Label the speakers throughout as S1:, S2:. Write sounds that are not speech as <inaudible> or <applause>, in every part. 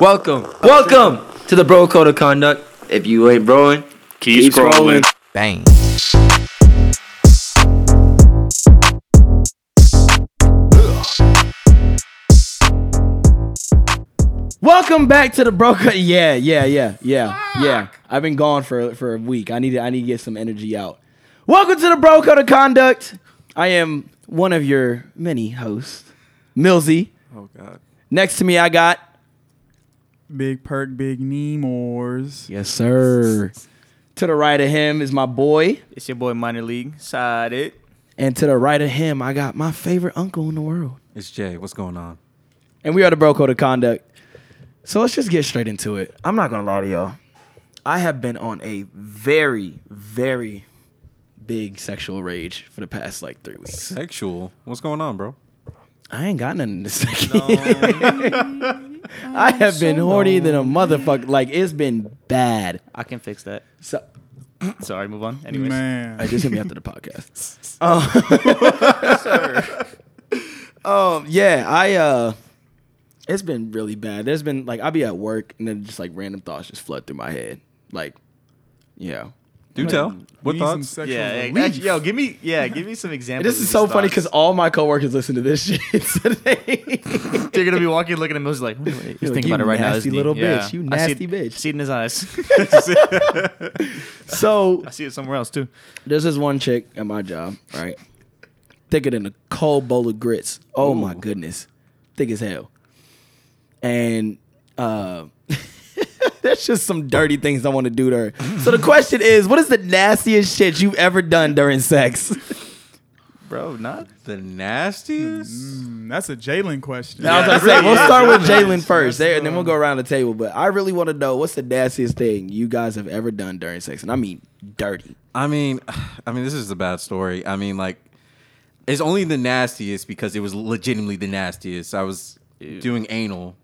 S1: Welcome, welcome to the Bro Code of Conduct. If you ain't broing,
S2: Keep,
S1: Keep scrolling.
S2: scrolling.
S3: Bang.
S4: Welcome back to the broker. <laughs> Yeah, yeah, yeah, yeah, yeah. I've been gone for for a week. I need to I need to get some energy out. Welcome to the Bro Code of Conduct. I am one of your many hosts, Millsy.
S5: Oh God.
S4: Next to me, I got
S5: Big perk, big Nemours.
S4: yes, sir. To the right of him is my boy,
S6: It's your boy Minor League. Side it.
S4: and to the right of him, I got my favorite uncle in the world.
S2: It's Jay. What's going on?
S4: and we are the bro code of conduct. So let's just get straight into it. I'm not gonna lie to y'all. I have been on a very, very big sexual rage for the past like three weeks.
S2: Sexual. What's going on, bro?
S4: I ain't got nothing to say. <laughs> I have been horny than a motherfucker. Like it's been bad.
S6: I can fix that.
S4: So
S6: Sorry, move on. Anyways.
S5: Man.
S4: I just hit me after the podcast. <laughs> Um, um, yeah, I uh, it's been really bad. There's been like I'll be at work and then just like random thoughts just flood through my head. Like, yeah.
S2: Do tell. What
S5: <laughs> We need some
S2: thoughts?
S5: sexual
S6: Yeah,
S5: relief.
S6: ac- actually, yo, give me, yeah, give me some examples.
S4: This
S6: of
S4: is
S6: these
S4: so funny
S6: thoughts.
S4: because all my coworkers listen to this <laughs> shit today.
S6: they're gonna be walking, looking at him, like, "Wait, wait, he's
S4: like,
S6: thinking
S4: "You
S6: about it right now.
S4: nasty
S6: isn't he?"
S4: little bitch,
S6: Yeah.
S4: you
S6: I see
S4: nasty
S6: it-
S4: bitch.
S6: See it in his eyes. <laughs>
S4: so
S6: I see it somewhere else too.
S4: there's this one chick at my job, right? Thicker than a cold bowl of grits. Oh my goodness. Thick as hell. And uh <laughs> that's just some dirty things I want to do to her. So the question is, what is the nastiest shit you've ever done during sex? <laughs>
S6: Bro, not.
S2: The nastiest?
S5: Mm, that's a Jalen question.
S4: I was gonna say, we'll start with Jalen first, there, and then we'll go around the table. But I really want to know what's the nastiest thing you guys have ever done during sex, and I mean dirty.
S2: I mean, <sighs> I mean, this is a bad story. I mean, like, it's only the nastiest because it was legitimately the nastiest. I was doing anal.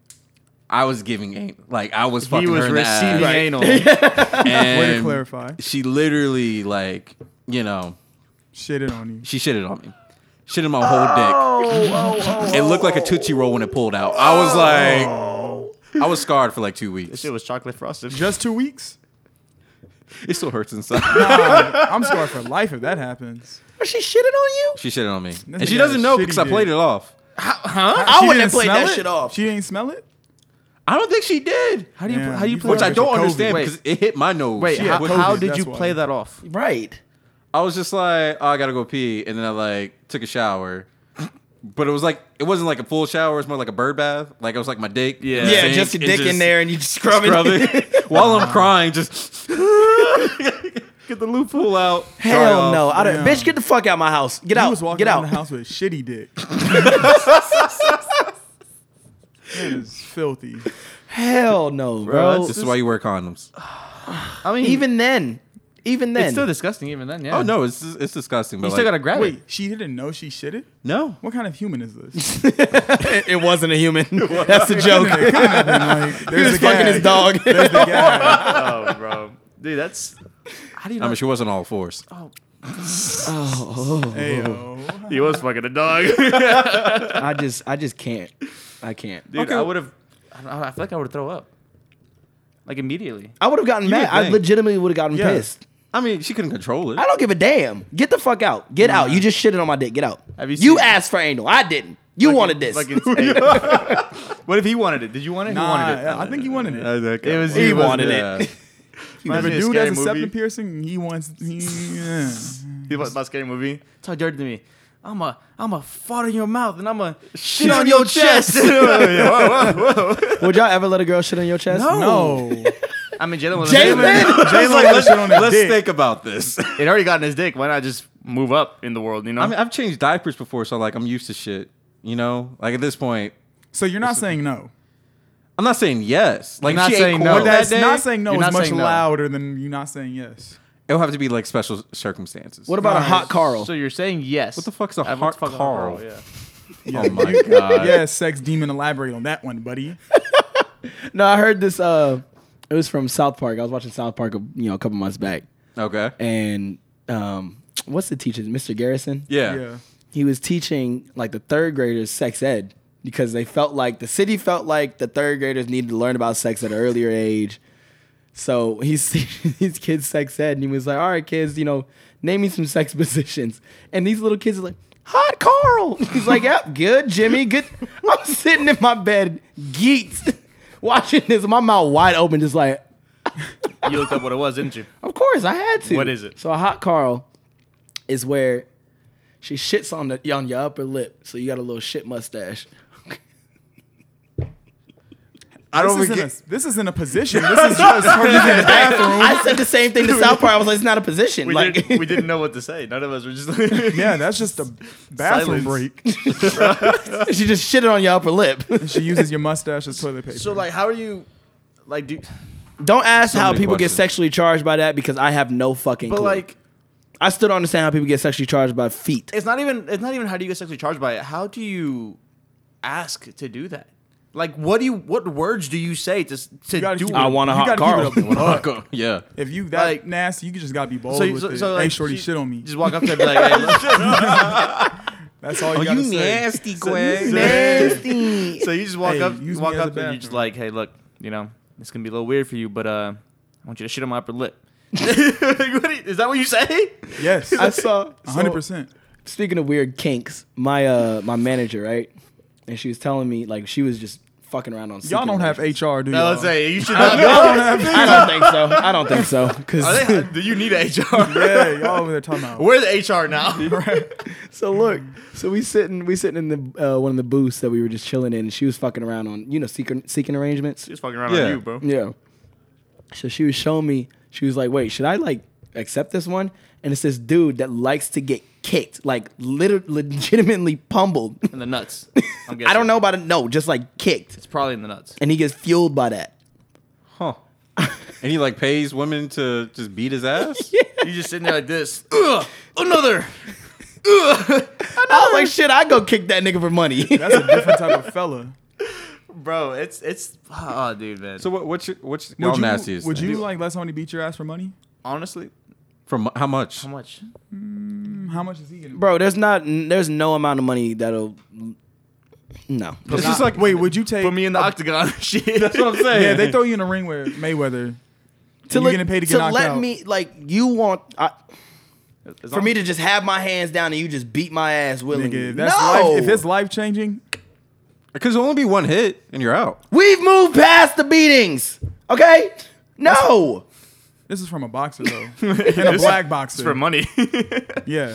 S2: I was giving anal. Like, I was fucking
S6: He was
S2: her in the ass.
S6: receiving anal.
S2: And
S5: Way to clarify.
S2: She literally, like, you know,
S5: Shitted on you.
S2: she shitted on me. Shitted my whole dick. it looked like a Tootsie Roll when it pulled out. I was like, I was scarred for like two weeks.
S6: Shit was chocolate frosted.
S5: Just two weeks?
S2: It still hurts inside.
S5: I'm scarred for life if that happens.
S4: But she shitted on you?
S2: She shitted on me.
S5: nigga
S2: And she
S5: got a
S2: doesn't know
S5: shitty
S2: because I
S5: dick.
S2: played it off.
S4: I
S5: She
S4: wouldn't have
S5: didn't
S4: played
S5: smell
S4: that
S5: it?
S4: shit off.
S5: She didn't smell it?
S2: I don't think she did.
S6: How do you?
S5: Yeah,
S6: how do you
S5: you
S6: play?
S2: Which I
S5: Fucking
S2: don't
S5: COVID.
S2: understand
S6: Wait.
S2: because it hit my nose.
S6: Wait,
S2: She had
S6: how,
S2: COVID.
S6: <laughs> how did
S5: that's
S6: you
S5: why.
S6: play that off?
S4: Right.
S2: I was just like, oh, I gotta go pee. And then I like took a shower. But it was like it wasn't like a full shower, it's more like a bird bath. Like it was like my dick.
S6: Yeah.
S2: in the
S4: Yeah,
S2: sink
S4: just your
S2: and
S4: dick in
S2: just
S4: there, and you just scrub
S2: Scrub
S4: <laughs> it.
S2: it. While I'm crying, just <laughs>
S6: Get the loophole out.
S2: Dry
S4: Hell
S2: off.
S4: no! I
S5: Damn.
S4: don't, bitch, get the fuck out of my house. Get
S5: She
S4: out.
S5: was walking
S4: get
S5: around
S4: out.
S5: the house with a shitty dick. that is filthy.
S4: Hell no, bro.
S2: This is why you wear condoms.
S6: I mean, even
S4: even then, even then,
S6: it's
S4: <laughs>
S6: still disgusting. Even then, yeah.
S2: Oh no, it's it's disgusting. But
S6: you
S2: like,
S6: still gotta grab it.
S5: Wait, she didn't know she shitted?
S2: no.
S5: What kind of human is this?
S4: it, it wasn't a human. <laughs> That's the joke.
S5: It couldn't have been, like,
S4: He
S5: there's
S4: was
S5: a
S4: fucking
S5: guy.
S4: his dog. <laughs>
S5: There's the guy.
S6: Oh, bro, dude, that's. How do you?
S2: I
S6: Know?
S2: mean, she wasn't all fours.
S5: Ayo.
S6: He was fucking a <laughs> dog.
S4: I just, I just can't. I can't.
S6: Dude,
S2: Okay.
S6: I would have. I, don't- I feel like I would throw up, like immediately.
S4: I would have gotten mad.
S2: would
S4: I
S2: think.
S4: legitimately would have gotten
S5: Yeah.
S4: pissed.
S2: I mean, she couldn't control it.
S4: I don't give a damn. Get the fuck out. Get out. You just shitted on my dick. Get out.
S6: Have
S4: you
S6: you seen-
S4: asked for anal. I didn't. You wanted this.
S6: Like <laughs> it's, hey. what if he wanted it? Did you want it? he
S5: Nah,
S6: wanted it.
S5: I think he wanted it.
S2: it
S6: was- he wanted
S5: <laughs>
S2: it.
S5: If
S6: Reminds
S5: a
S6: me of
S5: dude
S6: Scary
S5: has a
S6: Movie.
S5: septum piercing, he wants. He, yeah.
S6: He was about scary movie. Talk dirty to me. I'm a I'm a fart in your mouth and I'm a shit,
S4: on
S6: on
S4: your
S6: your chest. <laughs>
S4: <laughs> would y'all ever let a girl shit on your chest?
S5: No.
S6: I mean Jalen was
S4: Jalen?
S5: Jalen like, let's, on his
S2: Let's
S5: dick.
S2: think about this. I
S6: It already got in his dick. Why not just move up in the world? You know.
S2: mean, I've changed diapers before, so like I'm used to shit. You know, like at this point,
S5: So you're not saying no.
S2: I'm not saying yes. Like
S6: You're not
S2: she
S6: saying
S2: ate
S6: no.
S2: corn that
S5: That's
S2: day.
S5: not saying no
S6: You're
S5: is
S6: not
S5: much
S6: saying no.
S5: louder than you not saying yes.
S2: It'll have to be like special circumstances.
S4: What about a hot Carl?
S6: so you're saying yes? What
S2: the fuck's a
S6: I,
S2: hot
S6: fucking
S2: Carl?
S6: Yeah.
S2: Oh my god.
S5: Yeah, sex demon, elaborate on that one, buddy.
S4: No, I heard this. Uh, it was from South Park. I was watching South Park, a, you know, a couple months back,
S2: Okay.
S4: and um, what's the teacher, Mr. Garrison?
S2: Yeah.
S5: Yeah.
S4: He was teaching like the third graders sex ed, because they felt like the city felt like the third graders needed to learn about sex at an earlier age. So <laughs> he's these kids sex ed, and he was like, "All right, kids, you know, name me some sex <laughs> positions." And these little kids are like, "Hot Carl." <laughs> He's like, "Yep, good, Jimmy, good." <laughs> I'm sitting in my bed, geeked, <laughs> watching this, my mouth wide open, just like,
S6: You looked up what it was, didn't you?
S4: "Of course, I had to."
S6: What is it?
S4: So a hot Carl is where she shits on the on your upper lip, so you got a little
S6: <laughs>
S4: shit mustache.
S2: I don't
S5: This
S2: even
S5: isn't,
S2: get.
S5: a, this isn't a position. This
S6: <laughs>
S5: is just her being in the bathroom.
S4: I said the same thing to South Park. I was like, "It's not a position."
S6: We,
S4: like, <laughs>
S6: didn't, we didn't know what to say. None of us were just
S5: <laughs>
S6: like,
S5: Yeah, that's just a bathroom
S6: Silence.
S5: break.
S4: she just shitted on your
S6: <laughs>
S4: upper lip.
S5: She uses your mustache as toilet paper.
S6: So like, how are you? Like, do
S4: Don't ask how
S2: many
S4: people get
S2: questions.
S4: sexually charged by that because I have no fucking
S6: but
S4: clue.
S6: like,
S4: I still don't understand how people get sexually charged by feet.
S6: it's not even it's not even how do you get sexually charged by it. How do you ask to do that? Like, what do you what words do you say to s- to
S5: You gotta
S6: do
S5: keep
S6: it?
S5: it-
S4: I want a
S5: you
S4: hot
S5: gotta keep
S4: Carl.
S6: <laughs>
S5: it up.
S2: Fuck, yeah.
S5: If you that
S6: Like-
S5: nasty, you just gotta be bold
S6: So, you-
S5: with
S6: so,
S5: it.
S6: so like,
S5: hey, shorty,
S6: you-
S5: shit on me.
S6: Just walk up to her and be like, hey,
S5: <laughs>
S6: look.
S5: That's all you
S2: Oh,
S5: gotta
S2: you
S5: say.
S2: nasty, Quay.
S6: nasty. So you just walk
S5: Hey,
S6: up, you
S5: use
S6: walk
S5: me as
S6: up,
S5: a
S6: and you just
S5: bathroom.
S6: like, hey, look, you know, it's gonna be a little weird for you, but uh, I want you to shit on my upper lip. <laughs> Like, what do you- Is that what you say? <laughs>
S5: Yes,
S4: I <laughs> saw
S5: hundred
S4: 100%.
S5: percent.
S4: speaking of weird kinks, my uh my manager, right? And she was telling me like she was just fucking around on
S5: Y'all
S4: secret
S5: don't have
S4: relations.
S5: HR, do you?
S6: I was saying you should.
S4: I don't think so. I don't think so.
S5: <laughs> Oh,
S4: Cause
S6: <laughs> do you need HR?
S5: yeah, y'all over there
S6: <laughs>
S5: talking about.
S6: We're the HR now.
S4: <laughs> so look, so we sitting we sitting in the uh, one of the booths that we were just chilling in and she was fucking around on, you know, secret seeking arrangements.
S6: Just fucking around
S2: Yeah.
S6: on you, bro.
S4: Yeah. So she was showing me, she was like, wait, should I like accept this one? And it's this dude that likes to get kicked, like liter- legitimately pummeled. <laughs>
S6: In the nuts. I'm guessing.
S4: I don't know about it. No, just like kicked.
S6: It's probably in the nuts.
S4: And he gets fueled by that.
S2: Huh. and he like pays women to just beat his ass.
S6: You just sitting there like this. Ugh, another.
S4: I was like, shit, I go kick that nigga for
S5: <laughs>
S4: money.
S5: That's a different type of <laughs> fella.
S6: Bro, it's it's oh dude, man.
S2: So
S6: So
S2: what? What's your what's y'all
S5: you,
S2: nastiest?
S5: Would
S2: thing?
S5: you like let somebody beat your ass for money?
S6: honestly,
S2: From how much?
S6: how much?
S5: Mm, How much is he
S4: <laughs>
S5: getting?
S4: Bro, there's not, there's no amount of money that'll, no.
S2: It's just like
S5: Wait, would you take?
S6: Put me in the octagon. <laughs> Shit. That's what I'm saying.
S5: yeah, <laughs> they throw you in a ring with
S6: <laughs>
S5: Mayweather. you're
S4: let-
S5: getting paid to get knocked
S4: let
S5: out.
S4: me, like, you want, I, for me to just have my hands down and you just beat my ass willingly.
S5: Nigga, if that's
S4: no!
S5: life, if it's life changing,
S2: Because it'll only be one hit and you're out.
S4: We've moved past the beatings. Okay? No.
S5: this is from a boxer though,
S6: <laughs>
S5: and a black boxer.
S6: It's for money.
S5: Yeah,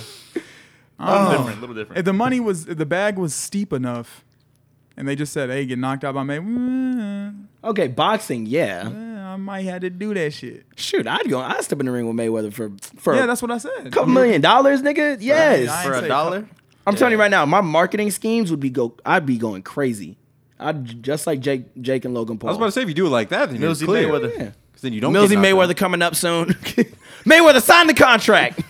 S6: different, little different.
S5: if the money was, if the bag was steep enough, and they just said, "Hey, get knocked out by <laughs> Mayweather,"
S4: Okay, boxing, yeah.
S5: I might have to do that shit.
S4: Shoot, I'd go I'd step in the ring with Mayweather for for
S5: Yeah, that's what I said.
S4: a couple million dollars, nigga. Yes.
S5: I ain't
S6: for
S5: say
S6: a
S5: cu-
S6: dollar.
S4: I'm telling you right now, my marketing schemes would be go I'd be going crazy. I'd j- just like Jake Jake and Logan Paul.
S2: I was about to say if you do it like that, then you're
S6: Millsy
S2: clear.
S6: Mayweather.
S4: Yeah.
S2: 'Cause then you don't.
S4: Millsy
S2: get knocked
S4: Mayweather
S2: out.
S4: coming up soon. <laughs> Mayweather signed the contract.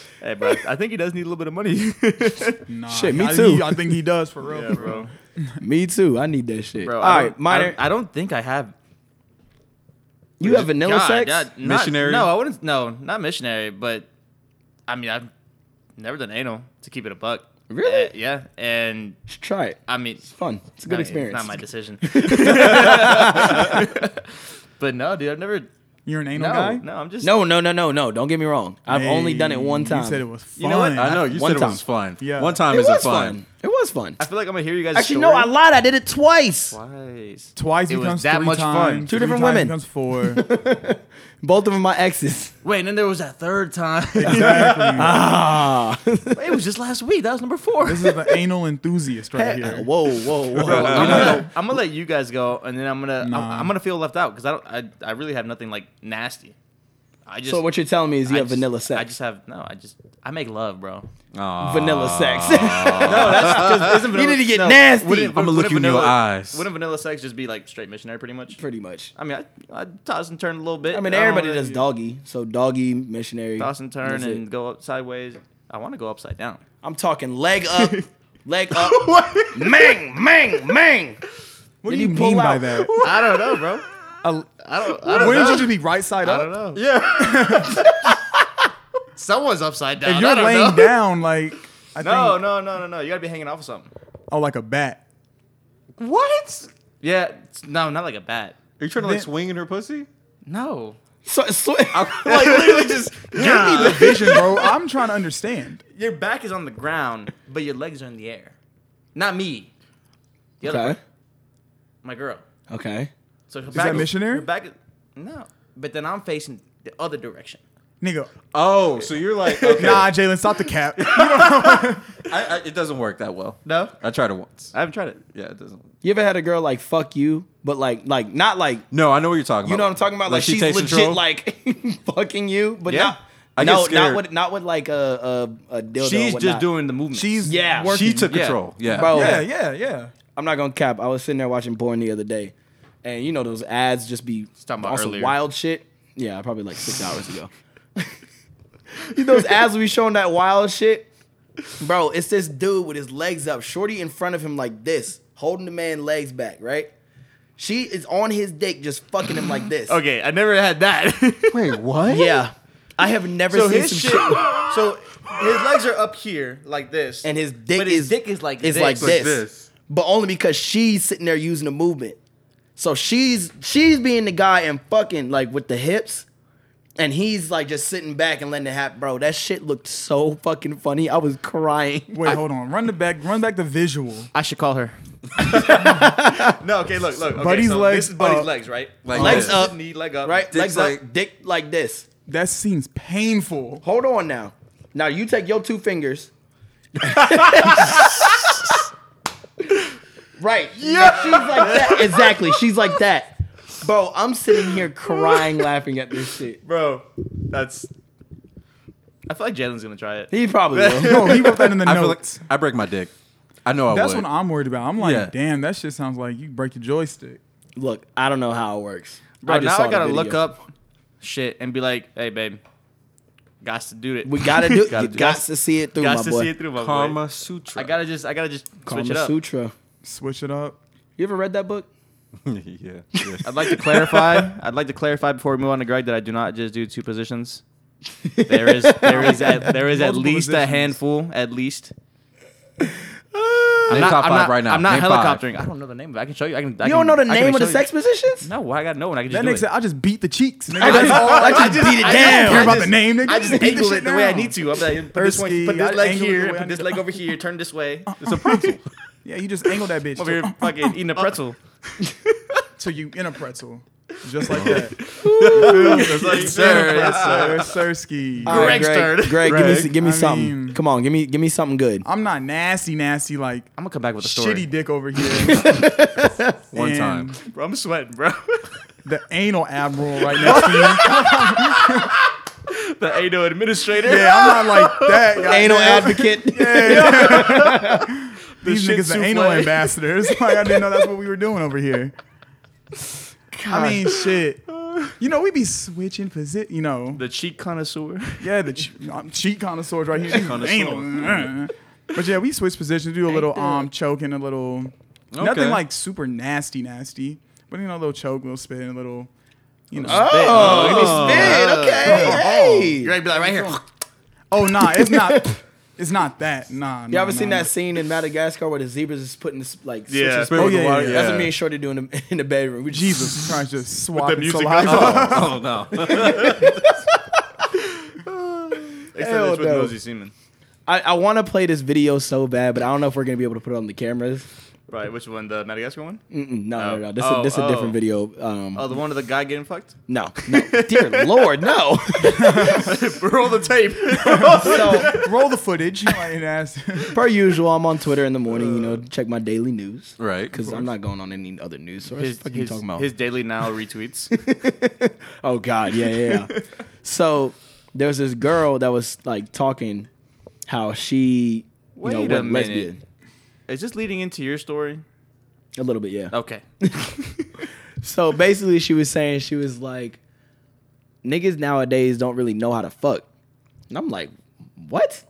S4: <laughs>
S6: Hey, bro, I think he does need a little bit of money. <laughs>
S5: Nah,
S4: Shit, me
S5: I-
S4: too.
S5: he- I think he does for real. for real.
S4: Me too. I need that shit.
S6: Bro,
S4: All
S6: I
S4: right,
S6: don't- I
S4: minor.
S6: don't- I don't think I have
S4: you have vanilla
S6: God,
S4: sex?
S6: God, not-
S2: Missionary?
S6: No, I wouldn't. No, not missionary. But I mean, I've never done anal to keep it a buck.
S4: Really?
S6: Uh, yeah. And
S4: Try it.
S6: I mean, it's
S4: Fun. It's a good
S6: not-
S4: experience.
S6: It's not my
S4: <laughs>
S6: decision. <laughs> but no, dude, I've never.
S5: You're an anal
S6: No,
S5: guy.
S6: no, I'm just
S4: no, no, no, no, no. Don't get me wrong. I've only done it
S5: Hey,
S4: one time.
S5: You said it was fun.
S6: You know what?
S2: I know you
S4: One
S2: said it
S4: time.
S2: was fun.
S5: Yeah.
S2: One time
S4: It
S2: is a
S4: was
S2: fun.
S4: fun. It was fun.
S6: I feel like I'm gonna hear you guys.
S4: Actually, no, I
S6: story
S4: lied. I did it twice.
S6: twice.
S5: Twice
S6: It was
S5: becomes
S6: that
S5: three
S6: much fun.
S5: times,
S4: Two
S5: three
S4: different
S5: times
S4: women.
S5: becomes four.
S4: <laughs> Both of them are my exes.
S6: Wait, and then there was that third
S4: <laughs>
S6: time.
S4: Ah.
S6: it was just last week. That was number <laughs> four.
S5: This is the anal enthusiast right
S4: whoa, whoa,
S5: here.
S6: <laughs>
S4: whoa.
S6: I'm, gonna, I'm gonna let you guys go, and then I'm gonna I'm-
S5: Nah.
S6: I'm, gonna feel left out because I don't I, I really have nothing like nasty. I just
S4: so what you're telling me is you
S6: I
S4: have
S6: just-
S4: vanilla sex.
S6: I just Ah. have no. I just I make love, bro.
S2: Aw.
S4: vanilla sex. <laughs>
S6: you
S4: need to get nasty.
S2: I'ma look you in your eyes.
S6: Wouldn't vanilla sex just be like straight missionary, pretty much?
S4: Pretty much.
S6: I mean, I, I toss and turn a little bit.
S4: I mean,
S6: don't
S4: everybody
S6: really-
S4: does doggy. So doggy, missionary.
S6: toss and turn
S4: that's it.
S6: and go up sideways. I want to go upside down.
S4: I'm talking leg
S5: <laughs>
S4: up, leg up. Mang, mang, mang. Then
S5: What do you
S4: you pull
S5: mean by
S4: out. <laughs>
S5: that?
S6: I don't know, bro. I don't. I don't
S5: Wouldn't
S6: know.
S5: you just be right side
S6: I
S5: up?
S6: don't know. Yeah. Someone's upside down.
S5: If
S6: I
S5: you're
S6: don't
S5: laying
S6: know.
S5: down, like I
S6: No,
S5: think
S6: no, no, no, no. You gotta be hanging off of something.
S5: Oh, like
S6: <laughs>
S5: a bat.
S6: What? Yeah. it's- No, not like a bat.
S2: Are you trying to like
S5: Then-
S2: swing in her pussy?
S6: No.
S4: So,
S6: <laughs>
S4: so,
S2: like literally just
S5: Give me the vision, bro. I'm trying to understand.
S6: Your back is on the ground, but your legs are in the air. Not me. The other,
S4: okay.
S6: one, my girl.
S4: Okay.
S6: So her is
S5: that missionary?
S6: Her back. Is, no. But then I'm facing the other direction.
S5: Nigga.
S2: Oh, so you're like
S4: <laughs>
S2: okay.
S5: Nah, Jalen, stop
S6: <laughs>
S5: the cap.
S2: I, I, it doesn't work that well.
S6: No.
S2: I tried it once.
S6: I haven't tried it.
S2: yeah, it doesn't.
S4: You ever had a girl like fuck you, but like like not like
S2: No, I know what you're talking about.
S4: you know what I'm talking about? Like, she's
S2: takes
S4: legit
S2: control?
S4: like <laughs> fucking you, but
S2: Yeah.
S4: not
S2: I get
S4: no, not
S2: scared.
S4: with not with like a a, a dildo.
S6: She's just
S4: or whatnot.
S6: doing the movement.
S5: She's
S4: Yeah.
S5: working.
S2: She took
S6: Yeah.
S2: control. Yeah.
S4: Bro.
S5: Yeah, yeah, yeah.
S4: I'm not gonna cap. I was sitting there watching porn the other day, and you know those ads just be
S6: talking about
S4: on some
S6: earlier.
S4: wild shit. Yeah, probably like six
S6: <laughs>
S4: hours ago. you know those ads we showing that wild shit, bro. It's this dude with his legs up, shorty in front of him like this, holding the man legs back. Right? She is on his dick, just fucking him like this.
S6: okay. I never had <laughs> that.
S2: Wait, what?
S4: Yeah, I have never
S6: so
S4: seen
S6: his
S4: some
S6: shit.
S4: shit.
S6: so his legs are up here like this,
S4: And his dick
S6: but his
S4: is-
S6: dick is like this.
S4: is like
S2: Like
S4: this.
S2: this.
S4: but only because she's sitting there using the movement. So she's she's being the guy and fucking like with the hips, and he's like just sitting back and letting it happen. Bro, that shit looked so fucking funny. I was
S6: <laughs>
S4: crying.
S5: Wait, hold on. Run the back. Run back the visual.
S6: I should call her. no, okay, look, look. Okay,
S5: Buddy's
S6: so
S5: legs
S6: This is Buddy's
S5: up.
S6: legs, right?
S2: Like
S4: Legs
S2: this.
S4: up.
S6: knee, leg up.
S4: Right,
S2: Dick's
S4: legs like,
S2: like-
S4: dick like this.
S5: That seems painful.
S4: Hold on now. Now you take your two fingers. <laughs> right. Yeah. She's like that. Exactly. She's like that. Bro, I'm sitting here crying, laughing at this shit.
S6: bro. That's. I feel like Jalen's gonna try it.
S4: He
S6: <laughs>
S4: probably will.
S5: No, Oh, he wrote that in the
S2: I feel like
S5: notes.
S2: I break my dick. I know I
S6: Oh,
S5: That's
S2: would.
S5: what I'm worried about. I'm like,
S2: Yeah.
S5: damn, that shit sounds like you break your joystick.
S4: Look, I don't know how it works.
S6: Bro,
S4: just
S6: now
S4: saw
S6: I
S4: the
S6: gotta
S4: video.
S6: look up shit and be like, hey, babe, got to do it. <laughs>
S4: We gotta do.
S2: Gotta
S4: you
S2: do
S4: got
S2: it.
S4: to see it through,
S6: got
S4: my
S6: to
S4: boy.
S6: see it through, my boy.
S2: Karma Sutra.
S6: I gotta just, I gotta just switch it
S4: Kama
S6: up.
S4: Sutra.
S5: Switch it up.
S4: You ever read that book?
S2: <laughs> yeah. yeah.
S6: I'd like to clarify. I'd like to clarify before we move on to Greg that I do not just do two positions. There
S4: <laughs>
S6: is, there is, at, there is at
S5: Multiple
S6: least a
S5: positions.
S6: handful, at least.
S2: Name
S6: I'm
S2: top
S6: I'm
S2: five right now.
S6: I'm not
S2: Name five.
S6: helicoptering. I don't know the name of it. I can show you. I can. I
S4: You don't know the name of the
S6: sex
S4: sex positions?
S6: No, I got no one. I can just
S5: That
S6: do
S5: nigga
S6: it.
S5: said, I just beat the
S6: <laughs>
S5: cheeks. Nigga.
S4: I just, I just beat it
S5: don't care
S4: down.
S5: about the name, nigga.
S6: I just
S5: Beat this
S6: angle
S5: shit
S6: it the way I
S5: down.
S6: need to. I'm like, put this, one,
S5: Frisky,
S6: put
S5: I
S6: this leg
S5: angle it the
S6: here,
S5: way I
S6: put this
S5: need
S6: leg
S5: to-
S6: over here, turn this way.
S2: It's a pretzel.
S5: yeah, you just angle that bitch
S6: Over here,
S5: till,
S6: fucking eating a pretzel.
S5: till you in a pretzel. Just like that.
S6: <laughs> Yes, sir. Uh,
S5: yes, sir. Sirski.
S4: All right,
S6: Greg's turn.
S4: Greg, give me, s- give me
S5: I
S4: something.
S5: mean-
S4: Come on, give me, give me something <laughs> good.
S5: I'm not nasty, nasty, like
S6: I'm gonna come back with a story.
S5: shitty dick
S4: <laughs>
S5: over here.
S2: One
S5: And
S2: time.
S6: bro, I'm sweating, bro.
S5: The anal admiral right next to you.
S6: <laughs> the ADO administrator.
S5: Yeah, I'm not like that. goddamn.
S4: <laughs>
S5: <laughs>
S4: Anal advocate.
S5: These
S6: shit
S5: niggas the anal
S6: souffle.
S5: ambassadors. <laughs> Like I didn't know that's what we were doing over here. I mean, shit. You know, we be switching position. You know,
S6: The cheek connoisseur.
S5: yeah, the che- um, cheat connoisseurs right here. Anal. <laughs> But yeah, we switch positions. Do a little um choking, a little
S2: Okay.
S5: nothing like super nasty, nasty. But you know, a little choke, a little spit, a little. You know.
S4: Uh. okay. Hey.
S6: Greg be like right here.
S5: Oh nah, it's not. It's not that. Nah.
S4: You ever seen that scene in Madagascar where the zebras is putting this like
S6: Yeah.
S4: switches?
S2: Spirit
S5: Oh,
S2: of the
S5: yeah,
S2: water,
S5: yeah,
S4: That's what me and Shorty do in the, in the bedroom. We
S6: <laughs>
S4: just,
S5: Jesus Christ, just
S6: The
S5: swapping
S6: music.
S5: saliva.
S2: Oh no.
S6: Except it's with
S4: no.
S6: nosy semen.
S4: I, I want to play this video so bad, but I don't know if we're gonna be able to put it on the cameras.
S6: Right, which one? The Madagascar one?
S4: Mm-mm, no, no,
S6: Oh.
S4: no. This is
S6: Oh,
S4: this a
S6: oh.
S4: different video. Um,
S6: Oh, the one of the guy getting fucked?
S4: no, no, <laughs> dear Lord, no.
S6: Roll the tape.
S4: so
S5: <laughs> Roll the footage. You ain't ass.
S4: per usual, I'm on Twitter in the morning. You know, check my daily news.
S2: Right.
S4: Because I'm not going on any other news source.
S6: His,
S4: what are you
S6: his,
S4: talking about?
S6: his Daily Now retweets.
S4: oh God, yeah, yeah. yeah. so there was this girl that was like talking how she,
S6: Wait
S4: you know,
S6: a
S4: went
S6: minute.
S4: lesbian
S6: Is this leading into your story?
S4: a little bit, yeah. <laughs>
S6: Okay.
S4: So basically, she was saying she was like, niggas nowadays don't really know how to fuck. And I'm like, what?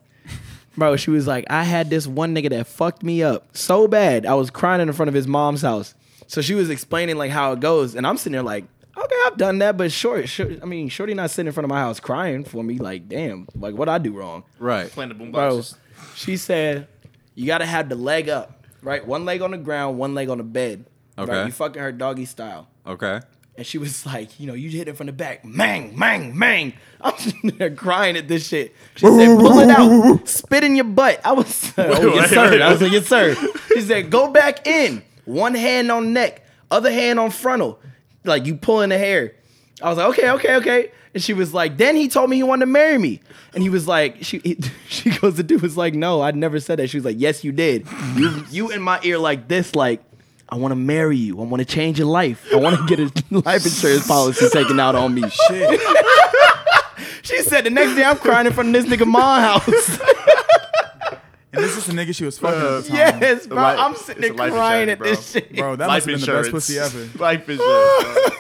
S4: Bro, she was like, I had this one nigga that fucked me up so bad. I was crying in front of his mom's house. So she was explaining like how it goes, and I'm sitting there like, okay, I've done that, but short, short I mean, shorty not sitting in front of my house crying for me. Like, damn, like what I do wrong,
S2: Right.
S6: Playing the boombox.
S4: bro?
S6: just-
S4: She said, you gotta have the leg up. right? One leg on the ground, one leg on the bed.
S2: Okay.
S4: Right? You fucking her doggy style.
S2: Okay.
S4: And she was like, you know, you hit it from the back. Mang, mang, mang. <laughs> I'm sitting there crying at this shit. She said, pull it out. Spit in your butt. I was <laughs> like, oh, yes, sir. I was like, yes, sir. She said, go back in. One hand on neck, other hand on frontal. Like you pulling the hair. I was like, okay, okay, okay. And she was like, then he told me he wanted to marry me. And he was like, she he- <laughs> she goes, the dude was like, no, I never said that. She was like, yes, you did. You you in my ear like this, like, I want to marry you. I want to change your life. I want to get a <laughs> life insurance policy taken out on me. Shit. <laughs> she said the next day I'm crying in front of this nigga mom house. <laughs>
S5: And this is the nigga she was fucking at the time.
S4: yes, bro.
S6: life-
S4: I'm sitting there
S6: it's a life
S4: crying
S6: insurance,
S4: at this
S6: bro.
S4: shit.
S5: Bro, that must have been the best pussy
S6: <laughs>
S5: ever.
S6: Life insurance.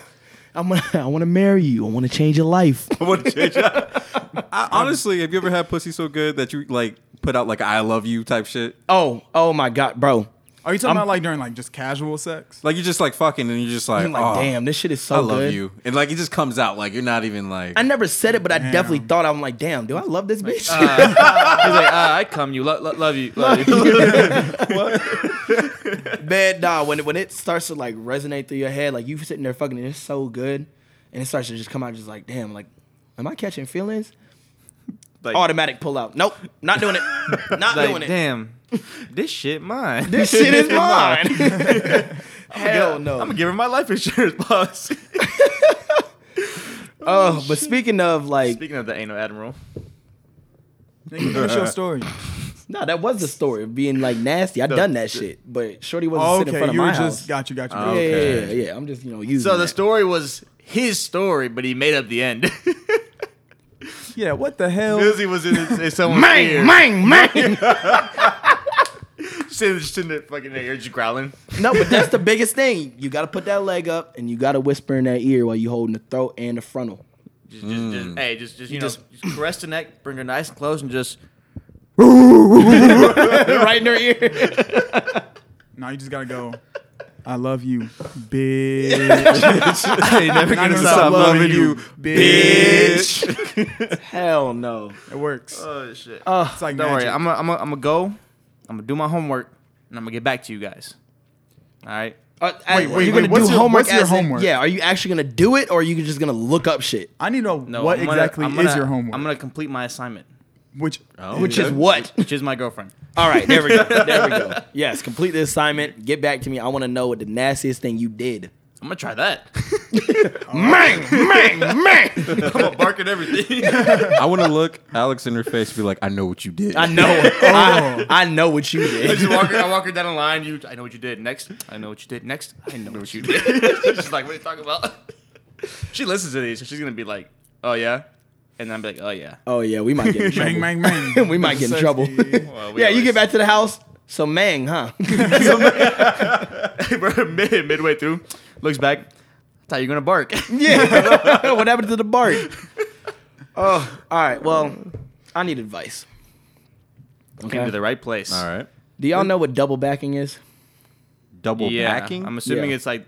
S4: I'm gonna, I want to marry you. I want to change your life.
S6: bro. What did you-
S2: I, honestly, have you ever had pussy so good that you like put out like "I love you" type shit?
S4: <laughs> Oh, oh my God, bro.
S5: Are you talking about like during like just casual sex?
S2: Like you're just like fucking, and you're just like,
S4: I'm like,
S2: "Oh,
S4: damn, this shit is so
S2: I love
S4: good.
S2: you," and like it just comes out. Like you're not even like. <laughs>
S4: I never said it, but I definitely thought I'm like, damn, do I love this bitch?
S6: He's like, ah, I come you, lo- lo- love you, love you.
S4: <laughs> Man, nah. When it, when it starts to like resonate through your head, like you sitting there fucking, and it's so good, and it starts to just come out, just like, damn, like, am I catching feelings?
S6: Like-
S4: Automatic pull out. Nope, not doing it. Not doing
S3: Like,
S4: it.
S3: damn, this shit mine.
S4: This shit
S6: <laughs>
S4: is mine. Hell
S6: I'm
S4: no.
S6: gonna give her my life insurance <laughs> policy.
S4: Oh, but speaking of like,
S6: Speaking of the anal admiral,
S5: <laughs> Nigga, finish your story.
S4: no, that was the story of being like nasty. I done that shit, but Shorty wasn't sitting in front
S5: Okay,
S4: of
S5: you
S4: my
S5: were
S4: house. Oh,
S5: just got you, got you.
S4: Yeah,
S5: bro.
S4: yeah, yeah, yeah. I'm just you know using.
S6: so the
S4: that.
S6: story was his story, but he made up the <laughs> end.
S5: Yeah, what the hell?
S6: Lizzie was in, in someone's ear,
S4: <laughs> Mang, mang.
S6: sitting, just in the fucking ear, just growling.
S4: No, but that's the biggest thing. You got to put that leg up, and you got to whisper in that ear while you holding the throat and the frontal.
S6: Just, just, just hey, just, just you, know,
S4: just-
S6: just caress the neck, bring her nice and close, and just
S4: right in her ear.
S5: Now you just gotta go. I love you, <laughs> bitch.
S2: I ain't never
S5: gonna
S2: stop loving you,
S5: bitch.
S4: Hell no.
S5: It works.
S6: oh shit.
S5: it's like
S6: Don't
S5: magic.
S6: worry, I'm gonna I'm gonna I'm gonna go. I'm gonna do my homework, and I'm gonna get back to you guys. All right.
S4: Uh, wait,
S5: wait,
S4: you're
S5: wait,
S4: gonna do
S5: what's your-
S4: homework.
S5: what's your
S4: as in-
S5: homework?
S4: yeah, are you actually gonna do it, or are you just gonna look up shit?
S5: I need to know
S6: No,
S5: what
S6: I'm gonna-
S5: exactly
S6: I'm gonna-
S5: is your homework.
S6: I'm gonna complete my assignment,
S5: Which
S2: Oh,
S4: Which is
S2: okay.
S4: what?
S6: which is my girlfriend.
S4: All right, there we
S6: <laughs>
S4: go. There we go. Yes, complete the assignment. Get back to me. I want to know what the nastiest thing you did.
S6: I'm gonna try that.
S4: Mang, mang, mang.
S6: I'm gonna bark at everything. <laughs>
S2: <laughs> I want to look Alex in her face, and be like, "I know what you
S4: <laughs>
S2: did."
S4: I know. I, I know what you
S6: I
S4: did.
S6: just walk her, I walk her down the line. You, I know what you did next. I know what you did next. I know what you did. <laughs> she's like, what are you talking about? She listens to these, so she's gonna be like, oh yeah, and I'm be like, oh yeah.
S4: <laughs> Oh yeah, we might get in trouble.
S5: <laughs> bang bang
S4: <laughs>
S5: bang.
S4: We might get in
S5: Sexy.
S4: trouble.
S6: Well, we
S4: yeah, you
S6: always-
S4: get back to the house. So mang, huh? <laughs>
S6: Bro, <laughs> mid, midway through, looks back. That's how you gonna bark. <laughs>
S4: Yeah. <laughs> what happened to the bark? Oh, all right. Well, I need advice.
S6: Came to the right place.
S2: All right.
S4: Do y'all know what double backing is?
S2: Double
S6: Yeah,
S2: packing.
S6: I'm assuming
S4: Yeah.
S6: it's like